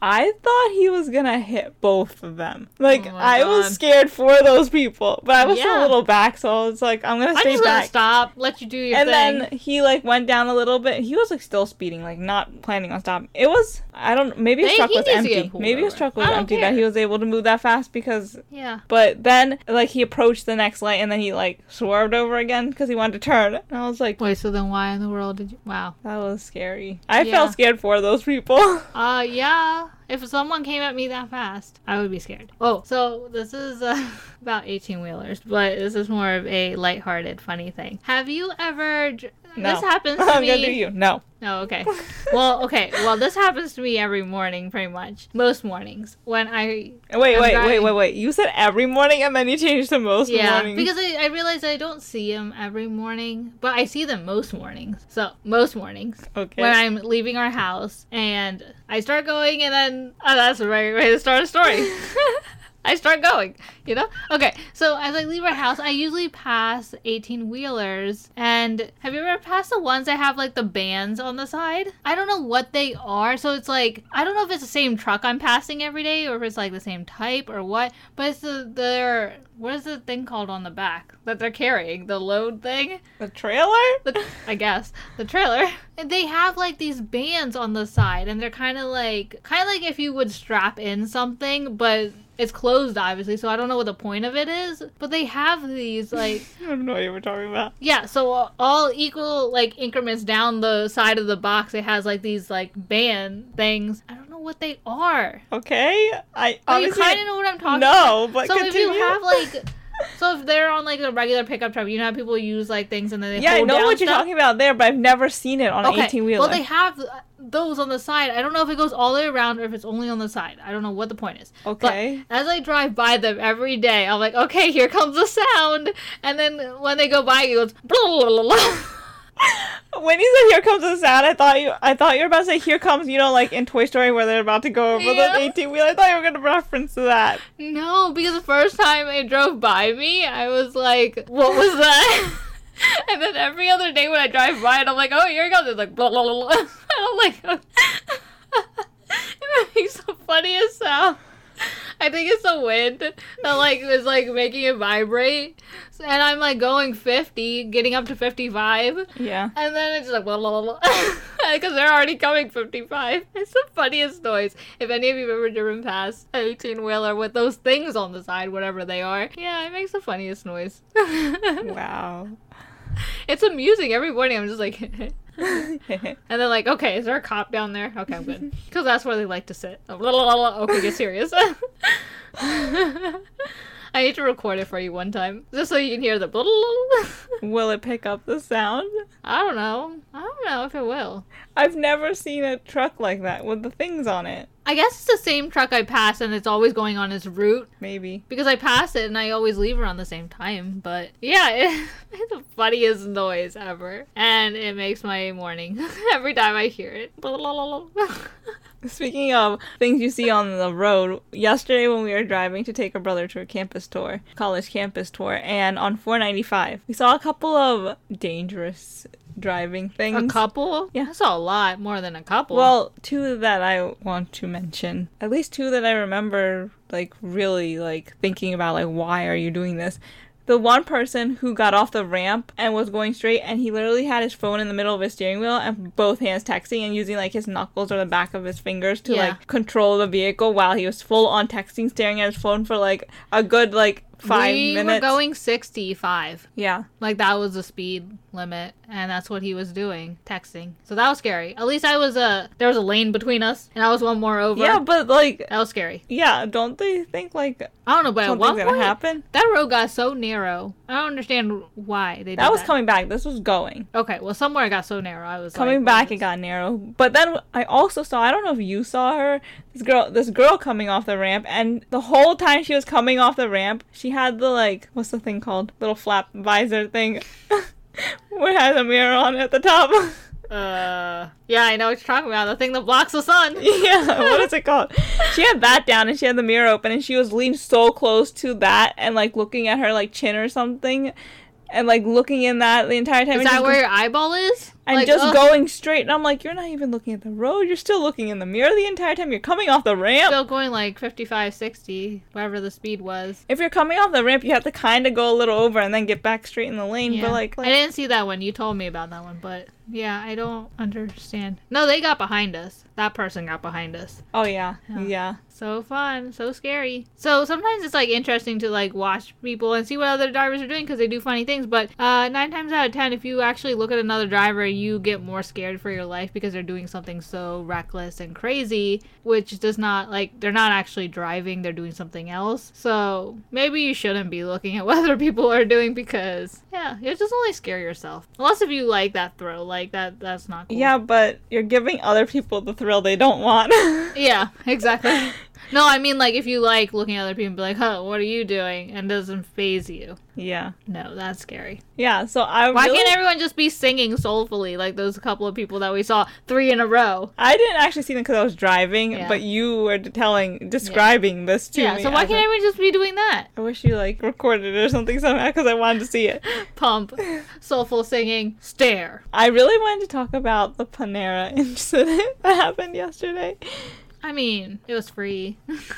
Speaker 2: I thought he was gonna hit both of them. Like
Speaker 1: Oh my
Speaker 2: I
Speaker 1: God.
Speaker 2: was scared for those people, but I was
Speaker 1: Yeah.
Speaker 2: a little back, so I was like, I'm gonna
Speaker 1: I'm
Speaker 2: stay
Speaker 1: just going to
Speaker 2: back.
Speaker 1: stop, let you do your
Speaker 2: And
Speaker 1: thing.
Speaker 2: then he like went down a little bit. He was like still speeding, like not planning on stopping. It was I don't maybe his
Speaker 1: Hey,
Speaker 2: truck
Speaker 1: he
Speaker 2: was
Speaker 1: needs to get
Speaker 2: empty.
Speaker 1: pulled
Speaker 2: Maybe his
Speaker 1: over.
Speaker 2: truck
Speaker 1: I
Speaker 2: was
Speaker 1: don't
Speaker 2: empty
Speaker 1: care.
Speaker 2: that he was able to move that fast because
Speaker 1: yeah.
Speaker 2: but then, like, he approached the next light and then he, like, swerved over again because he wanted to turn. And I was like,
Speaker 1: Wait, so then why in the world did you... Wow.
Speaker 2: that was scary. I
Speaker 1: Yeah.
Speaker 2: felt scared for those people.
Speaker 1: Uh, yeah. If someone came at me that fast, I would be scared. Oh, so this is uh, about 18 wheelers, but this is more of a lighthearted, funny thing. Have you ever. dr-
Speaker 2: No.
Speaker 1: This happens to
Speaker 2: I'm
Speaker 1: me.
Speaker 2: gonna do you. No.
Speaker 1: Oh, okay. Well, okay. Well, this happens to me every morning, pretty much. Most mornings. When I.
Speaker 2: Wait,
Speaker 1: I'm
Speaker 2: wait, wait,
Speaker 1: driving.
Speaker 2: wait, wait. You said every morning, and then you changed to most
Speaker 1: Yeah,
Speaker 2: mornings.
Speaker 1: because I, I realize I don't see them every morning, but I see them most mornings. So, most mornings.
Speaker 2: okay.
Speaker 1: When I'm leaving our house and I start going, and then. Oh, that's the right way to start a story. I start going, you know? Okay, so as I leave our house, I usually pass 18 wheelers. And have you ever passed the ones that have like the bands on the side? I don't know what they are. So it's like, I don't know if it's the same truck I'm passing every day or if it's like the same type or what, but it's the, their, what is the thing called on the back that they're carrying? The load thing?
Speaker 2: the trailer?
Speaker 1: the, I guess the trailer. And they have like these bands on the side, and they're kind of like kind of like if you would strap in something, but it's closed obviously, so I don't know what the point of it is. But they have these like
Speaker 2: I have no idea what we're talking about.
Speaker 1: yeah, so all equal like increments down the side of the box, it has like these like band things. I don't know what they are.
Speaker 2: Okay. I
Speaker 1: But you
Speaker 2: obviously
Speaker 1: kind of know what I'm talking about.
Speaker 2: no, but
Speaker 1: so
Speaker 2: continue.
Speaker 1: if you have like. So if they're on like a regular pickup truck, you know how people use like things and then they
Speaker 2: yeah, I
Speaker 1: hold
Speaker 2: know
Speaker 1: down
Speaker 2: what you're
Speaker 1: stuff?
Speaker 2: talking about there, but I've never seen it on an 18 wheeler.
Speaker 1: Well, they have uh, those on the side. I don't know if it goes all the way around or if it's only on the side. I don't know what the point is. But
Speaker 2: okay.
Speaker 1: as I drive by them every day, I'm like, okay, here comes the sound. And then when they go by, it goes. blah, blah, blah, blah.
Speaker 2: When you said "Here comes the sound," I thought you, I thought you were about to say "Here comes," you know, like in Toy Story where they're about to go over
Speaker 1: Yeah.
Speaker 2: the 18 wheeler. I thought you were gonna reference to that.
Speaker 1: No, because the first time it drove by me, I was like, what was that? and then every other day when I drive by it, I'm like, oh, here it goes. It's like, blah, blah, blah, blah. And I'm like, it makes the funniest sound. I think it's the wind that like is like making it vibrate, So- and I'm like going 50, getting up to 55,
Speaker 2: Yeah.
Speaker 1: and then it's just like blah blah blah because they're already coming 55. It's the funniest noise. If any of you have ever driven past an 18 wheeler with those things on the side, whatever they are, yeah, it makes the funniest noise.
Speaker 2: Wow.
Speaker 1: it's amusing every morning. I'm just like, and then like, okay, is there a cop down there? Okay, I'm good because that's where they like to sit. Blah, blah, blah, blah. Okay, get serious. I need to record it for you one time just so you can hear the. Blah, blah, blah.
Speaker 2: Will it pick up the sound?
Speaker 1: I don't know. I don't know if it will.
Speaker 2: I've never seen a truck like that with the things on it.
Speaker 1: I guess it's the same truck I pass and it's always going on its route
Speaker 2: Maybe.
Speaker 1: because I pass it and I always leave around the same time. But yeah, it, it's the funniest noise ever. And it makes my morning every time I hear it.
Speaker 2: Speaking of things you see on the road, yesterday when we were driving to take our brother to a campus tour, college campus tour, and on 495, we saw a couple of dangerous driving
Speaker 1: a
Speaker 2: things.
Speaker 1: couple?
Speaker 2: Yeah.
Speaker 1: I saw a lot more than a couple.
Speaker 2: Well, two that I want to mention. At least two that I remember like really like thinking about like why are you doing this? The one person who got off the ramp and was going straight and he literally had his phone in the middle of his steering wheel and both hands texting and using like his knuckles or the back of his fingers to
Speaker 1: Yeah.
Speaker 2: like control the vehicle while he was full on texting, staring at his phone for like a good like five
Speaker 1: we
Speaker 2: minutes.
Speaker 1: were going 65.
Speaker 2: yeah.
Speaker 1: Like that was the speed limit, and that's what he was doing, texting. So that was scary. At least I was a there was a lane between us, and I was one more over.
Speaker 2: Yeah, but like
Speaker 1: that was scary.
Speaker 2: yeah, don't they think like
Speaker 1: I don't know, but at
Speaker 2: something's
Speaker 1: one
Speaker 2: gonna
Speaker 1: point,
Speaker 2: happen?
Speaker 1: That road got so narrow. I don't understand why they did that.
Speaker 2: That was coming back. This was going.
Speaker 1: Okay, well, somewhere it got so narrow. I was
Speaker 2: coming
Speaker 1: like,
Speaker 2: back
Speaker 1: what
Speaker 2: it
Speaker 1: is-
Speaker 2: got narrow but then i also saw i don't know if you saw her this girl this girl coming off the ramp and the whole time she was coming off the ramp she had the like what's the thing called little flap visor thing where it has a mirror on it at the top
Speaker 1: Uh, yeah, I know what you're talking about. The thing that blocks the sun.
Speaker 2: yeah what is it called she had that down and she had the mirror open and she was leaned so close to that and like looking at her like chin or something and like looking in that the entire time
Speaker 1: Is
Speaker 2: and
Speaker 1: that
Speaker 2: just
Speaker 1: where your eyeball is?
Speaker 2: and
Speaker 1: Like,
Speaker 2: just
Speaker 1: ugh,
Speaker 2: going straight. And I'm like, you're not even looking at the road. You're still looking in the mirror the entire time. You're coming off the ramp.
Speaker 1: Still going like 55, 60, whatever the speed was.
Speaker 2: if you're coming off the ramp, you have to kind of go a little over and then get back straight in the lane.
Speaker 1: Yeah.
Speaker 2: But like,
Speaker 1: I didn't see that one. You told me about that one, but yeah, I don't understand. No, they got behind us. That person got behind us.
Speaker 2: oh yeah,
Speaker 1: Yeah.
Speaker 2: yeah,
Speaker 1: So fun, so scary. So sometimes it's like interesting to like watch people and see what other drivers are doing because they do funny things. But uh, nine times out of ten, if you actually look at another driver, you get more scared for your life because they're doing something so reckless and crazy, which does not like they're not actually driving, they're doing something else. So maybe you shouldn't be looking at what other people are doing because yeah, you just only scare yourself. Unless if you like that thrill, like that that's not cool.
Speaker 2: Yeah, but you're giving other people the thrill they don't want.
Speaker 1: Yeah, exactly. No, I mean like if you like looking at other people and be like, huh, what are you doing? And doesn't phase you.
Speaker 2: yeah.
Speaker 1: No, that's scary.
Speaker 2: Yeah, so I
Speaker 1: Why
Speaker 2: really-
Speaker 1: can't everyone just be singing soulfully like those couple of people that we saw three in a row?
Speaker 2: I didn't actually see them because I was driving,
Speaker 1: Yeah.
Speaker 2: but you were telling, describing this to
Speaker 1: yeah,
Speaker 2: me.
Speaker 1: so why
Speaker 2: as a-
Speaker 1: can't everyone just be doing that?
Speaker 2: I wish you like recorded it or something somehow because I wanted to see it.
Speaker 1: Pump, soulful singing, stare.
Speaker 2: I really wanted to talk about the Panera incident that happened yesterday.
Speaker 1: I mean, it was free.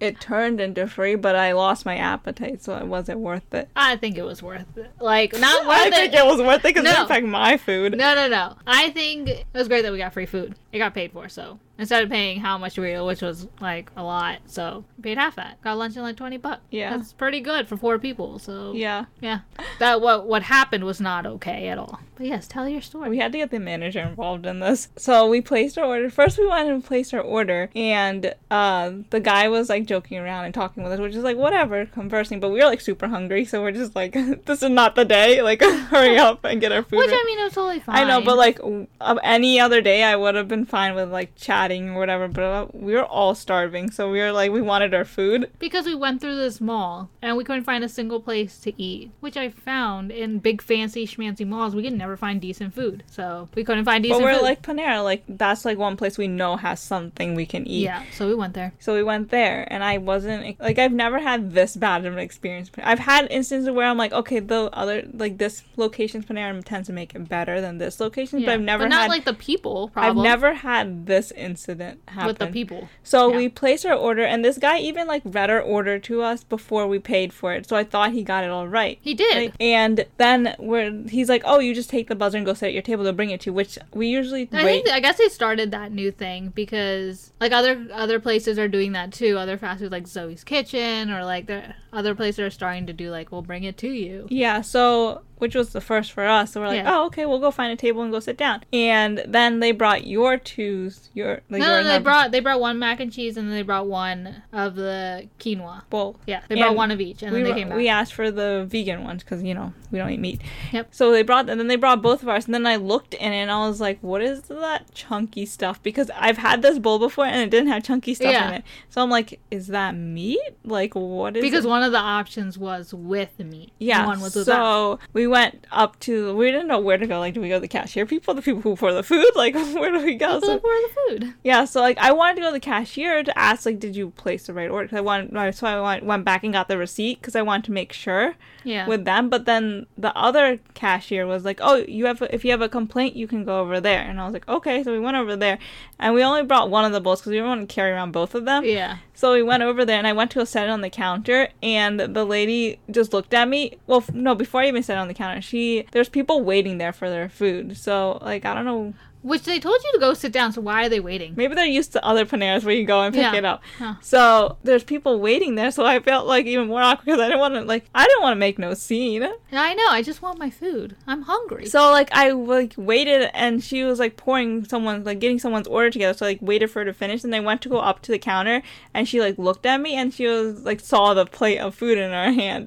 Speaker 2: It turned into free, but I lost my appetite, so it wasn't worth it.
Speaker 1: I think it was worth it. Like, not
Speaker 2: I
Speaker 1: worth
Speaker 2: think
Speaker 1: it.
Speaker 2: it was worth it because
Speaker 1: No.
Speaker 2: in fact, my food.
Speaker 1: No, no, no. I think it was great that we got free food. It got paid for, so instead of paying how much we were, which was like a lot, so we paid half that. Got lunch in like twenty bucks.
Speaker 2: Yeah.
Speaker 1: that's pretty good for four people. So
Speaker 2: Yeah,
Speaker 1: yeah. That what what happened was not okay at all. But yes, tell your story.
Speaker 2: we had to get the manager involved in this. So we placed our order. First, we went and placed our order, and uh, the guy was like joking around and talking with us, which is like whatever, conversing. But we were like super hungry, so we're just like, this is not the day. Like, hurry up and get our food.
Speaker 1: Which
Speaker 2: in.
Speaker 1: I mean, it was totally fine.
Speaker 2: I know, but like w- of any other day, I would have been fine with like chatting or whatever. But uh, we were all starving, so we were like, we wanted our food.
Speaker 1: because we went through this mall and we couldn't find a single place to eat, which I found in big fancy schmancy malls, we can never find decent food. So we couldn't find
Speaker 2: But
Speaker 1: decent
Speaker 2: we're
Speaker 1: food.
Speaker 2: like Panera, like that's like one place we know has something we can eat.
Speaker 1: yeah, so we went there.
Speaker 2: So we went there, and I wasn't e, like I've never had this bad of an experience. I've had instances where I'm like, okay, the other like this location's Panera tends to make it better than this location,
Speaker 1: Yeah.
Speaker 2: but I've never
Speaker 1: not
Speaker 2: had
Speaker 1: like the people
Speaker 2: I've
Speaker 1: problem.
Speaker 2: never had this incident happen
Speaker 1: with the people.
Speaker 2: So
Speaker 1: Yeah.
Speaker 2: we placed our order, and this guy even like read our order to us before we paid for it. So I thought he got it all right.
Speaker 1: He did.
Speaker 2: Like, and then we're he's like, "Oh, you just take the buzzer and go sit at your table. They'll bring it to you." Which we usually
Speaker 1: I
Speaker 2: wait.
Speaker 1: think I guess they started that new thing because like other other places are doing that too. Other fast food like Zoe's Kitchen or like the other places are starting to do like we'll bring it to you.
Speaker 2: yeah. So which was the first for us. So we're like,
Speaker 1: Yeah.
Speaker 2: "Oh, okay, we'll go find a table and go sit down." And then they brought your twos, your like
Speaker 1: No,
Speaker 2: your
Speaker 1: no, they
Speaker 2: number-
Speaker 1: brought they brought one mac and cheese and then they brought one of the quinoa.
Speaker 2: both.
Speaker 1: Yeah, they brought
Speaker 2: And
Speaker 1: one of each and
Speaker 2: we,
Speaker 1: then they
Speaker 2: were-
Speaker 1: came back.
Speaker 2: we asked for the vegan ones because you know we don't eat meat.
Speaker 1: Yep.
Speaker 2: So they brought and then they brought both of ours, and then I looked in and I was like, "What is that chunky stuff?" Because I've had this bowl before and it didn't have chunky stuff
Speaker 1: Yeah.
Speaker 2: in it. So I'm like, "Is that meat? Like, what is?"
Speaker 1: because
Speaker 2: it?
Speaker 1: one of the options was with meat.
Speaker 2: yeah,
Speaker 1: one was without.
Speaker 2: so we went up to we didn't know where to go. Like, do we go to the cashier people, the people who pour the food? Like, where do we
Speaker 1: People
Speaker 2: go? So
Speaker 1: who order the food.
Speaker 2: yeah, so like I wanted to go to the cashier to ask like, did you place the right order? 'Cause I wanted, so I went, went back and got the receipt because I wanted to make sure
Speaker 1: Yeah.
Speaker 2: with them. But then the other cashier was like, "Oh, you have a, if you have a complaint, you can go over there." And I was like, "Okay." So we went over there, and we only brought one of the bowls because we didn't want to carry around both of them.
Speaker 1: yeah.
Speaker 2: So we went over there, and I went to go set it on the counter, and the lady just looked at me. Well, f- no, before I even set it on the counter, she there's people waiting there for their food. So like I don't know,
Speaker 1: Which they told you to go sit down, so why are they waiting?
Speaker 2: maybe they're used to other Paneras where you go and pick
Speaker 1: Yeah.
Speaker 2: it up.
Speaker 1: Huh.
Speaker 2: So there's people waiting there, so I felt like even more awkward because I didn't want to like I didn't want to make no scene.
Speaker 1: I know, I just want my food. I'm hungry.
Speaker 2: So like I like waited and she was like pouring someone's like getting someone's order together. So I, like waited for her to finish and I went to go up to the counter and she like looked at me and she was like saw the plate of food in her hand.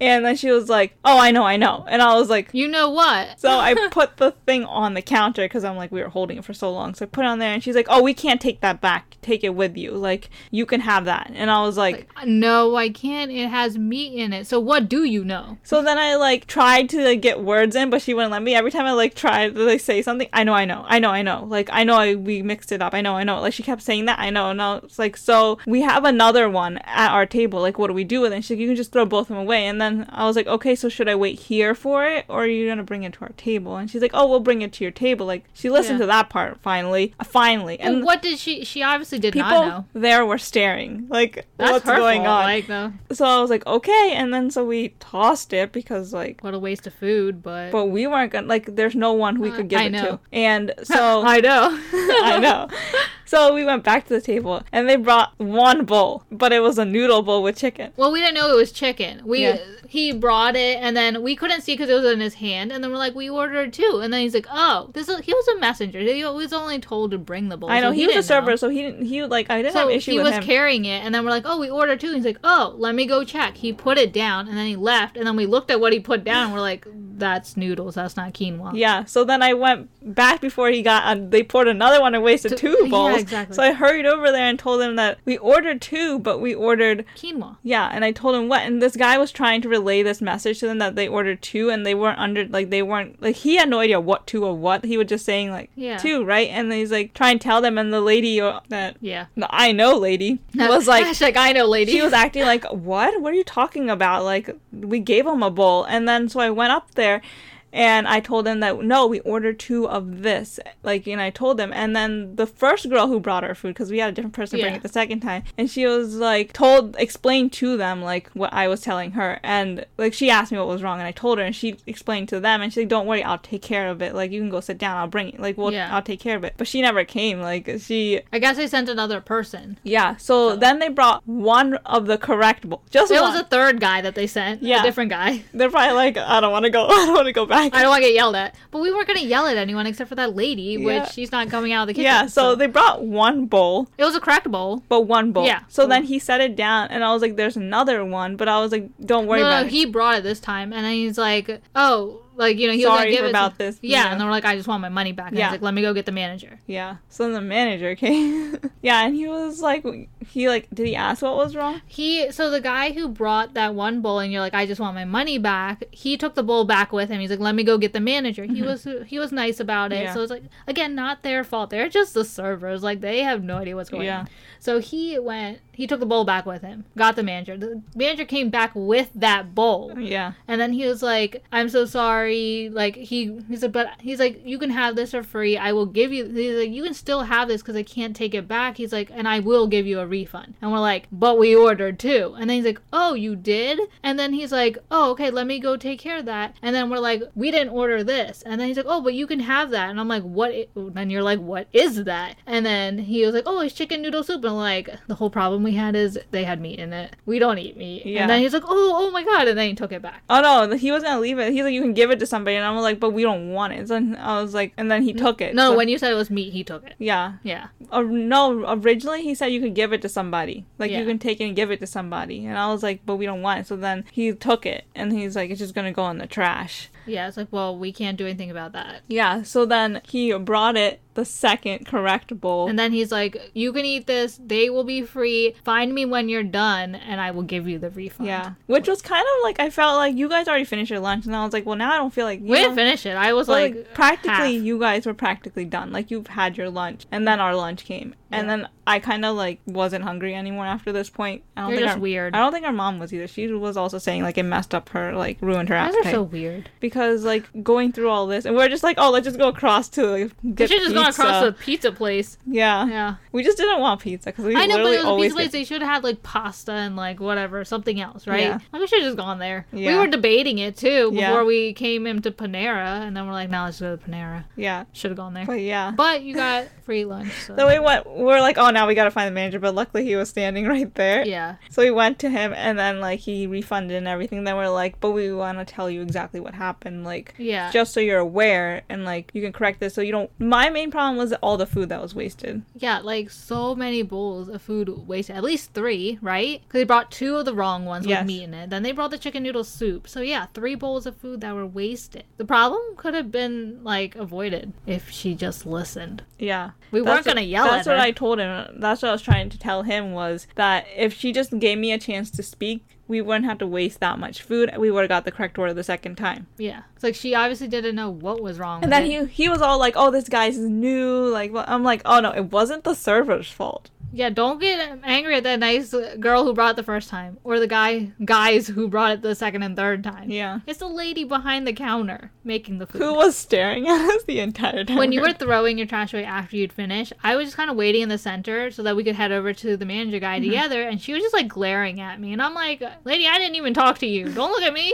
Speaker 2: And then she was like, "Oh, I know, I know." And I was like,
Speaker 1: you know what?
Speaker 2: so I put the thing on the counter because I'm like, we were holding it for so long. So I put it on there and she's like, "Oh, we can't take that back. Take it with you. Like you can have that." And I was like,
Speaker 1: No, I can't. It has meat in it. So what do you know?
Speaker 2: So then I like tried to like, get words in, but she wouldn't let me. Every time I like tried to like say something, I know, I know, I know, I know. Like I know I, we mixed it up. I know, I know. Like she kept saying that, I know, and I was like, so we have another one at our table. Like what do we do with it? And she's like, you can just throw both of them away. And then I was like, okay, so should I wait here for it, or are you gonna bring it to our table? And she's like, oh, we'll bring it to your table. Like she listened
Speaker 1: Yeah.
Speaker 2: to that part finally, uh, finally, and.
Speaker 1: And what did she? She obviously did not
Speaker 2: People
Speaker 1: know.
Speaker 2: there were staring, like
Speaker 1: That's
Speaker 2: what's
Speaker 1: her
Speaker 2: going
Speaker 1: fault,
Speaker 2: on.
Speaker 1: Like, though,
Speaker 2: so I was like, okay, and then so we tossed it because like
Speaker 1: what a waste of food. But,
Speaker 2: but we weren't gonna like there's no one we
Speaker 1: Uh,
Speaker 2: could give
Speaker 1: I
Speaker 2: it
Speaker 1: know.
Speaker 2: to and so
Speaker 1: I know.
Speaker 2: i know So we went back to the table and they brought one bowl, but it was a noodle bowl with chicken.
Speaker 1: Well, we didn't know it was chicken. We
Speaker 2: Yeah.
Speaker 1: he brought it, and then we couldn't see because it was in his hand. And then we're like, we ordered two, and then he's like, oh, this is, he was a messenger. He was only told to bring the bowl.
Speaker 2: I
Speaker 1: so
Speaker 2: know he, was a
Speaker 1: didn't know.
Speaker 2: server, so he didn't. He like I didn't
Speaker 1: So
Speaker 2: have an issue
Speaker 1: he
Speaker 2: with
Speaker 1: was
Speaker 2: him.
Speaker 1: carrying it, and then we're like, oh, we ordered two. And he's like, oh, let me go check. He put it down, and then he left, and then we looked at what he put down. And we're like, that's noodles. That's not quinoa.
Speaker 2: yeah. So then I went back before he got. Uh, they poured another one and wasted
Speaker 1: Two-
Speaker 2: two
Speaker 1: yeah,
Speaker 2: bowls.
Speaker 1: exactly.
Speaker 2: So I hurried over there and told him that we ordered two, but we ordered
Speaker 1: Quinoa.
Speaker 2: Yeah, and I told him what, and this guy was trying to relay this message to them that they ordered two, and they weren't under, like, they weren't, like, he had no idea what two or what. He was just saying, like,
Speaker 1: Yeah.
Speaker 2: two, right? And then he's like, try and tell them, and the lady uh, that,
Speaker 1: Yeah.
Speaker 2: the I know lady, was like,
Speaker 1: Hashtag I know, lady.
Speaker 2: she was acting like, what? What are you talking about? Like, we gave him a bowl. And then, so I went up there, and I told him that, no, we ordered two of this. Like, and I told him. And then the first girl who brought her food, because we had a different person bring
Speaker 1: Yeah.
Speaker 2: it the second time, and she was like, told, explained to them, like, what I was telling her. And, like, she asked me what was wrong, and I told her, and she explained to them, and she's like, don't worry, I'll take care of it. Like, you can go sit down, I'll bring it. Like, well,
Speaker 1: Yeah.
Speaker 2: I'll take care of it. But she never came. Like, she
Speaker 1: I guess I sent another person.
Speaker 2: yeah, so then they brought one of the correct bowls. Just
Speaker 1: There
Speaker 2: one.
Speaker 1: was a third guy that they sent.
Speaker 2: Yeah.
Speaker 1: A different guy.
Speaker 2: They're probably like, I don't want to go. I don't want to go back.
Speaker 1: I don't want to get yelled at. But we weren't going to yell at anyone except for that lady,
Speaker 2: Yeah.
Speaker 1: which she's not coming out of the kitchen.
Speaker 2: yeah, so they brought one bowl,
Speaker 1: it was a cracked bowl.
Speaker 2: but one bowl.
Speaker 1: Yeah.
Speaker 2: So then he set it down, and I was like, "There's another one," but I was like, "Don't worry
Speaker 1: No, no,
Speaker 2: about
Speaker 1: no,
Speaker 2: it."
Speaker 1: he brought it this time, and then he's like, "Oh, like you know, he was
Speaker 2: Sorry
Speaker 1: gonna give
Speaker 2: for
Speaker 1: it
Speaker 2: about
Speaker 1: to-
Speaker 2: this, you
Speaker 1: Yeah,
Speaker 2: know.
Speaker 1: and then we're like, "I just want my money back." And
Speaker 2: Yeah.
Speaker 1: he's like, "Let me go get the manager."
Speaker 2: Yeah. So then the manager came. yeah, and he was like, he like, did he ask what was wrong?
Speaker 1: He so the guy who brought that one bowl, and you're like, "I just want my money back." He took the bowl back with him. He's like, "Let me go get the manager." He was he was nice about it,
Speaker 2: Mm-hmm. Yeah.
Speaker 1: so it's like again, not their fault. They're just the servers. Like they have no idea what's going
Speaker 2: Yeah.
Speaker 1: on. So he went. He took the bowl back with him. Got the manager. The manager came back with that bowl.
Speaker 2: Yeah.
Speaker 1: And then he was like, "I'm so sorry." Like he he said, but he's like, "You can have this for free. I will give you." He's like, "You can still have this because I can't take it back." He's like, "And I will give you a refund." And we're like, "But we ordered two. And then he's like, "Oh, you did?" And then he's like, "Oh, okay. Let me go take care of that." And then we're like, "We didn't order this." And then he's like, "Oh, but you can have that." And I'm like, "What?" i- Then you're like, "What is that?" And then he was like, "Oh, it's chicken noodle soup." And I'm like, the whole problem we had is they had meat in it. We don't eat meat.
Speaker 2: Yeah.
Speaker 1: And then he's like, "Oh, oh my god!" And then he took it back.
Speaker 2: Oh no, he was gonna leave it. He's like, "You can give it to somebody," and I'm like, "But we don't want it." So I was like, and then he took it.
Speaker 1: No,
Speaker 2: So-
Speaker 1: when you said it was meat, he took it.
Speaker 2: yeah,
Speaker 1: Yeah.
Speaker 2: or no originally he said you could give it to somebody like you
Speaker 1: Yeah.
Speaker 2: can take it and give it to somebody and i was like but we don't want it so then he took it and he's like it's just gonna go in the trash
Speaker 1: Yeah, it's like, well, we can't do anything about that.
Speaker 2: yeah so then he brought it the second correct bowl
Speaker 1: And then he's like, you can eat this. They will be free. Find me when you're done, and I will give you the refund.
Speaker 2: yeah which was kind of like i felt like you guys already finished your lunch and i was like well now i don't feel like you
Speaker 1: We
Speaker 2: know,
Speaker 1: didn't finish it. I was
Speaker 2: but,
Speaker 1: like,
Speaker 2: like, practically
Speaker 1: half.
Speaker 2: you guys were practically done like you've had your lunch and then our lunch came and
Speaker 1: Yeah.
Speaker 2: then i kind of like wasn't hungry anymore after this point i don't
Speaker 1: You're
Speaker 2: think
Speaker 1: just
Speaker 2: our-
Speaker 1: weird.
Speaker 2: i don't think our mom was either she was also saying like it messed up her like ruined her
Speaker 1: Guys
Speaker 2: appetite
Speaker 1: are so weird.
Speaker 2: because like going through all this and we're just like oh let's just go across to like,
Speaker 1: We
Speaker 2: get
Speaker 1: should just gone across
Speaker 2: pizza.
Speaker 1: the pizza place.
Speaker 2: yeah.
Speaker 1: Yeah.
Speaker 2: we just didn't want pizza because we
Speaker 1: I know, but
Speaker 2: literally
Speaker 1: it was a
Speaker 2: always
Speaker 1: pizza place.
Speaker 2: get-
Speaker 1: They should have had like pasta and like whatever, something else, right?
Speaker 2: Yeah.
Speaker 1: Like we should have just gone there.
Speaker 2: Yeah.
Speaker 1: We were debating it too before
Speaker 2: Yeah.
Speaker 1: we came into Panera, and then we're like, now let's go to Panera.
Speaker 2: yeah
Speaker 1: Should have gone there.
Speaker 2: but yeah
Speaker 1: But you got free lunch. So.
Speaker 2: so we went we're like oh now we gotta find the manager but luckily he was standing right there
Speaker 1: yeah.
Speaker 2: so we went to him and then like he refunded and everything then we're like but we want to tell you exactly what happened like
Speaker 1: Yeah.
Speaker 2: just so you're aware and like you can correct this so you don't my main problem was all the food that was wasted
Speaker 1: Yeah, like so many bowls of food wasted. At least three, right? Because they brought two of the wrong ones
Speaker 2: Yes.
Speaker 1: with meat in it. Then they brought the chicken noodle soup. So yeah, three bowls of food that were wasted. The problem could have been like avoided if she just listened.
Speaker 2: Yeah.
Speaker 1: We weren't gonna
Speaker 2: what-
Speaker 1: yell at
Speaker 2: That's what
Speaker 1: her.
Speaker 2: I told him. That's what I was trying to tell him was that if she just gave me a chance to speak, we wouldn't have to waste that much food. We would have got the correct order the second time.
Speaker 1: Yeah, it's like she obviously didn't know what was wrong. with
Speaker 2: And then
Speaker 1: it.
Speaker 2: he he was all like, "Oh, this guy's new." Like, well, I'm like, "Oh no, it wasn't the server's fault.
Speaker 1: Yeah, don't get angry at that nice girl who brought it the first time, or the guy guys who brought it the second and third time.
Speaker 2: Yeah.
Speaker 1: It's the lady behind the counter making the food.
Speaker 2: Who was staring at us the entire time?
Speaker 1: when you were throwing your trash away after you'd finished, I was just kind of waiting in the center so that we could head over to the manager guy together, and she was just like glaring at me, and I'm like, "Lady, I didn't even talk to you. Don't look at me."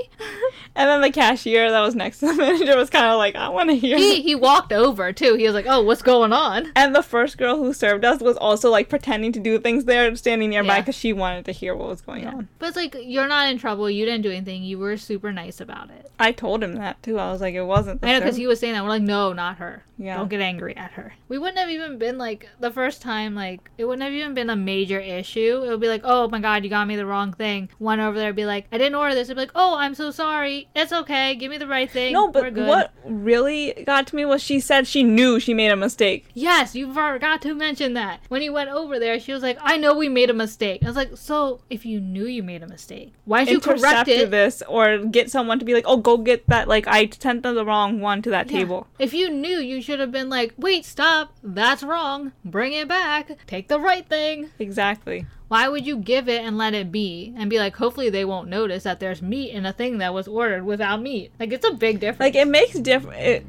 Speaker 2: And then the cashier that was next to the manager was kind of like, I want to hear.
Speaker 1: he he walked over too. He was like, "Oh, what's going on?"
Speaker 2: And the first girl who served us was also like pretending to do things there, standing nearby
Speaker 1: Yeah.
Speaker 2: because she wanted to hear what was going on.
Speaker 1: But it's like you're not in trouble. You didn't do anything. You were super nice about it.
Speaker 2: I told him that too. I was like, it wasn't. The
Speaker 1: I know because
Speaker 2: serv-
Speaker 1: he was saying that we're like, no, not her.
Speaker 2: Yeah.
Speaker 1: Don't get angry at her. We wouldn't have even been like the first time. Like it wouldn't have even been a major issue. It would be like, oh my god, you got me the wrong thing. One over there would be like, I didn't order this. It'd be like, oh, I'm so sorry. It's okay. Give me the right thing.
Speaker 2: No,
Speaker 1: We're
Speaker 2: but
Speaker 1: good."
Speaker 2: what really got to me was she said she knew she made a mistake.
Speaker 1: Yes, you forgot to mention that when you went over there, she was like, I know we made a mistake. I was like, so if you knew you made a mistake, why did you correct
Speaker 2: Intercept
Speaker 1: it?
Speaker 2: this or get someone to be like, oh, go get that. Like, I sent them the wrong one to that
Speaker 1: Yeah.
Speaker 2: table.
Speaker 1: If you knew, you should have been like, wait, stop, that's wrong, bring it back, take the right thing.
Speaker 2: Exactly.
Speaker 1: Why would you give it and let it be and be like, hopefully they won't notice that there's meat in a thing that was ordered without meat? Like, it's a big difference.
Speaker 2: Like it makes diff. It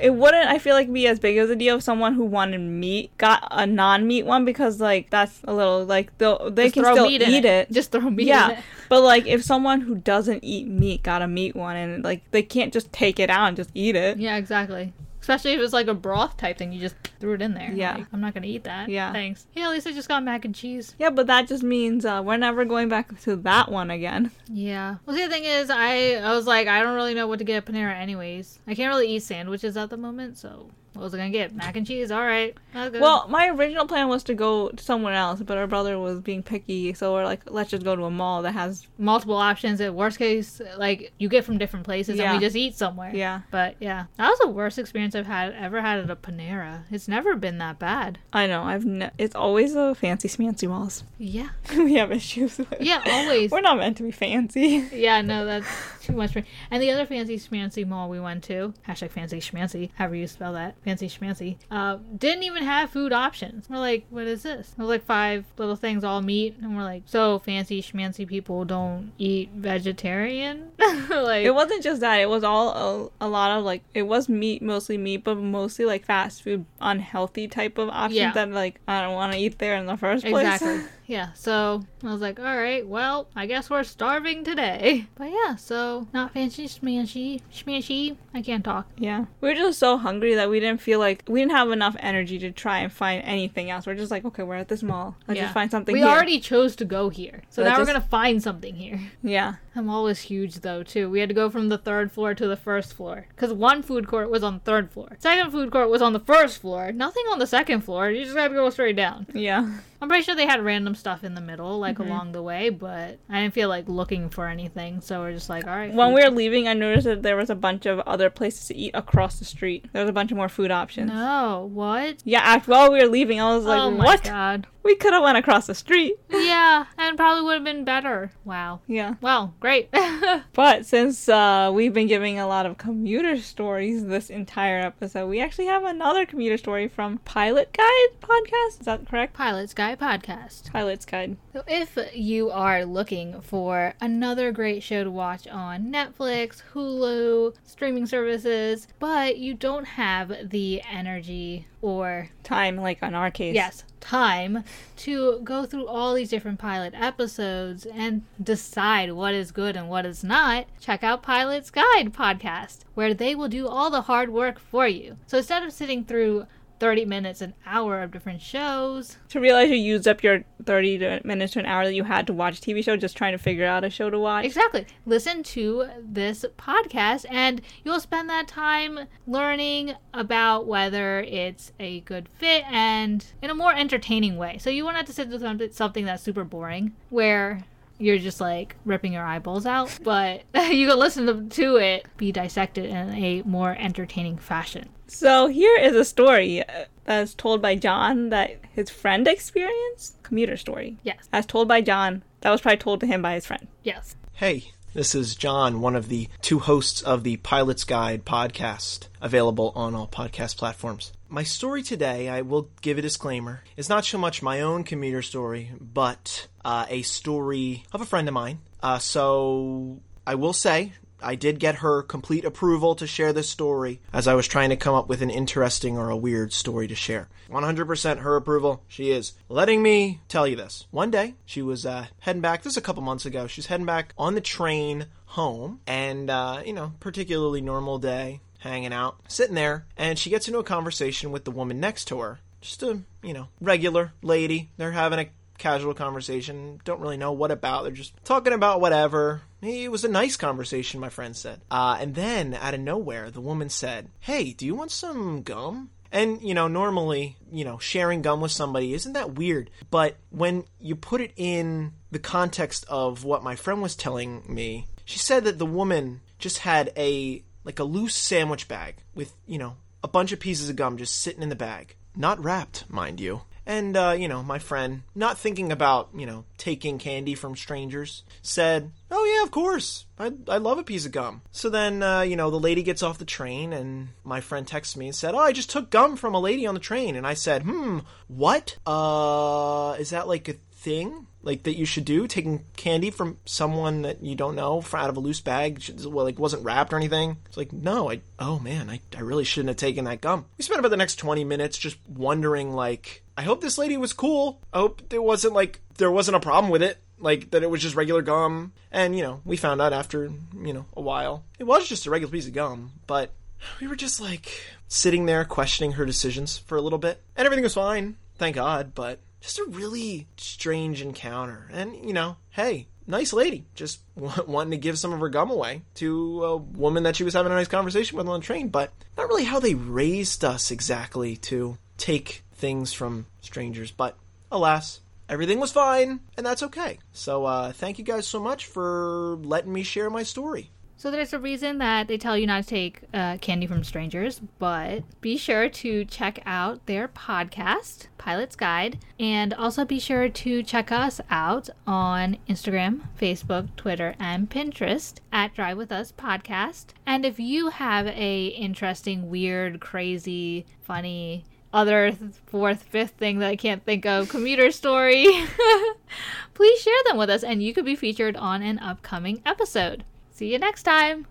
Speaker 2: it wouldn't. I feel like be as big as a deal if someone who wanted meat got a non-meat one because like that's a little like they'll, they
Speaker 1: Just
Speaker 2: can
Speaker 1: throw
Speaker 2: still
Speaker 1: meat
Speaker 2: eat
Speaker 1: in
Speaker 2: it.
Speaker 1: Just throw meat in
Speaker 2: yeah,
Speaker 1: it.
Speaker 2: but like if someone who doesn't eat meat got a meat one and like they can't just take it out and just eat it.
Speaker 1: Yeah, exactly. Especially if it's like a broth type thing, you just threw it in there.
Speaker 2: Yeah.
Speaker 1: Like, I'm not going to eat that.
Speaker 2: Yeah.
Speaker 1: Thanks. Yeah, at least I just got mac and cheese.
Speaker 2: Yeah, but that just means uh, we're never going back to that one again.
Speaker 1: Yeah. Well, see, the thing is, I I was like, I don't really know what to get at Panera, anyways. I can't really eat sandwiches at the moment, so what was I gonna get? Mac and cheese. All right. That's good.
Speaker 2: Well, my original plan was to go somewhere else, but our brother was being picky, so we're like, let's just go to a mall that has.
Speaker 1: multiple options. At worst case, like you get from different places,
Speaker 2: Yeah.
Speaker 1: and we just eat somewhere.
Speaker 2: Yeah,
Speaker 1: But yeah, that was the worst experience I've had ever had at a Panera. It's never been that bad.
Speaker 2: I know. I've ne- it's always the fancy smancy malls.
Speaker 1: Yeah.
Speaker 2: we have issues with.
Speaker 1: Yeah. Always.
Speaker 2: We're not meant to be fancy.
Speaker 1: Yeah, no, that's too much for And the other fancy schmancy mall we went to, hashtag fancy schmancy, however you spell that, fancy schmancy, uh, didn't even have food options. We're like, what is this? It was like five little things all meat, and we're like, so fancy schmancy people don't eat vegetarian? like,
Speaker 2: It wasn't just that. It was all a, a lot of like it was meat, mostly meat, but mostly like fast food, unhealthy type of options
Speaker 1: Yeah.
Speaker 2: that like I don't want to eat there in the first place.
Speaker 1: Exactly. Yeah. So I was like, all right, well, I guess we're starving today. But yeah, so not fancy schmancy, schmancy. I can't talk.
Speaker 2: yeah, we were just so hungry that we didn't feel like we didn't have enough energy to try and find anything else. We're just like, okay, we're at this mall. Let's just find something.
Speaker 1: We
Speaker 2: here.
Speaker 1: already chose to go here, so
Speaker 2: So
Speaker 1: now
Speaker 2: just-
Speaker 1: we're gonna find something here.
Speaker 2: yeah.
Speaker 1: The mall was huge though too. We had to go from the third floor to the first floor because one food court was on the third floor. Second food court was on the first floor. Nothing on the second floor. You just had to go straight down.
Speaker 2: Yeah,
Speaker 1: I'm pretty sure they had random stuff in the middle, like along the way, but I didn't feel like looking for anything, so we're just like, all right.
Speaker 2: when
Speaker 1: food-
Speaker 2: we were leaving, I noticed that there was a bunch of other places to eat across the street. There was a bunch of more food options.
Speaker 1: no, what?
Speaker 2: Yeah, after while we were leaving, I was like,
Speaker 1: oh my
Speaker 2: "What?
Speaker 1: god.
Speaker 2: We could have went across the street."
Speaker 1: yeah, and probably would have been better. Wow.
Speaker 2: Yeah.
Speaker 1: Well, great.
Speaker 2: But since uh, we've been giving a lot of commuter stories this entire episode, we actually have another commuter story from Pilot Guide podcast. Is that correct?
Speaker 1: Pilot's Guy Podcast.
Speaker 2: Pilot's Guide.
Speaker 1: So, if you are looking for another great show to watch on Netflix, Hulu, streaming services, but you don't have the energy or
Speaker 2: Time, like on our case.
Speaker 1: yes, time to go through all these different pilot episodes and decide what is good and what is not, check out Pilot's Guide podcast, where they will do all the hard work for you. So instead of sitting through 30 minutes, an hour of different shows,
Speaker 2: To realize you used up your 30 to- minutes to an hour that you had to watch a TV show just trying to figure out a show to watch.
Speaker 1: Exactly. Listen to this podcast, and you'll spend that time learning about whether it's a good fit and in a more entertaining way. So you won't have to sit with something- something that's super boring where you're just like ripping your eyeballs out, but you can listen to- to it be dissected in a more entertaining fashion.
Speaker 2: So here is a story uh, as told by John that his friend experienced. Commuter story.
Speaker 1: Yes.
Speaker 2: As told by John, that was probably told to him by his friend.
Speaker 1: Yes.
Speaker 4: Hey, This is John, one of the two hosts of the Pilot's Guide podcast, available on all podcast platforms. My story today, I will give a disclaimer, is not so much my own commuter story, but uh, a story of a friend of mine. Uh, so I will say, I did get her complete approval to share this story as I was trying to come up with an interesting or a weird story to share. 100% her approval. She is letting me tell you this. One day, she was uh, heading back, this is a couple months ago, she's heading back on the train home, and, uh, you know, particularly normal day, hanging out, sitting there, and she gets into a conversation with the woman next to her. Just a, you know, regular lady. They're having a casual conversation. Don't really know what about. They're just talking about whatever. It was a nice conversation, my friend said. Uh, and then, out of nowhere, the woman said, Hey, do you want some gum? And, you know, normally, you know, sharing gum with somebody isn't that weird. But when you put it in the context of what my friend was telling me, she said that the woman just had a, like, a loose sandwich bag with, you know, a bunch of pieces of gum just sitting in the bag. Not wrapped, mind you and uh, you know my friend not thinking about you know taking candy from strangers said oh yeah of course i, I love a piece of gum so then uh, you know the lady gets off the train and my friend texts me and said oh i just took gum from a lady on the train and i said hmm what uh is that like a thing like that you should do taking candy from someone that you don't know fr- out of a loose bag should- well like wasn't wrapped or anything it's like no i oh man I, I really shouldn't have taken that gum we spent about the next 20 minutes just wondering like i hope this lady was cool i hope there wasn't like there wasn't a problem with it like that it was just regular gum and you know we found out after you know a while it was just a regular piece of gum but we were just like sitting there questioning her decisions for a little bit and everything was fine thank god but just a really strange encounter. And, you know, hey, nice lady, just w- wanting to give some of her gum away to a woman that she was having a nice conversation with on the train, but not really how they raised us exactly to take things from strangers. But alas, everything was fine, and that's okay. So, uh, thank you guys so much for letting me share my story.
Speaker 1: So there's a reason that they tell you not to take uh, candy from strangers, but be sure to check out their podcast, Pilot's Guide, and also be sure to check us out on Instagram, Facebook, Twitter, and Pinterest at Drive With Us Podcast. And if you have a interesting, weird, crazy, funny, other th- fourth, fifth thing that I can't think of, commuter story, please share them with us, and you could be featured on an upcoming episode. See you next time.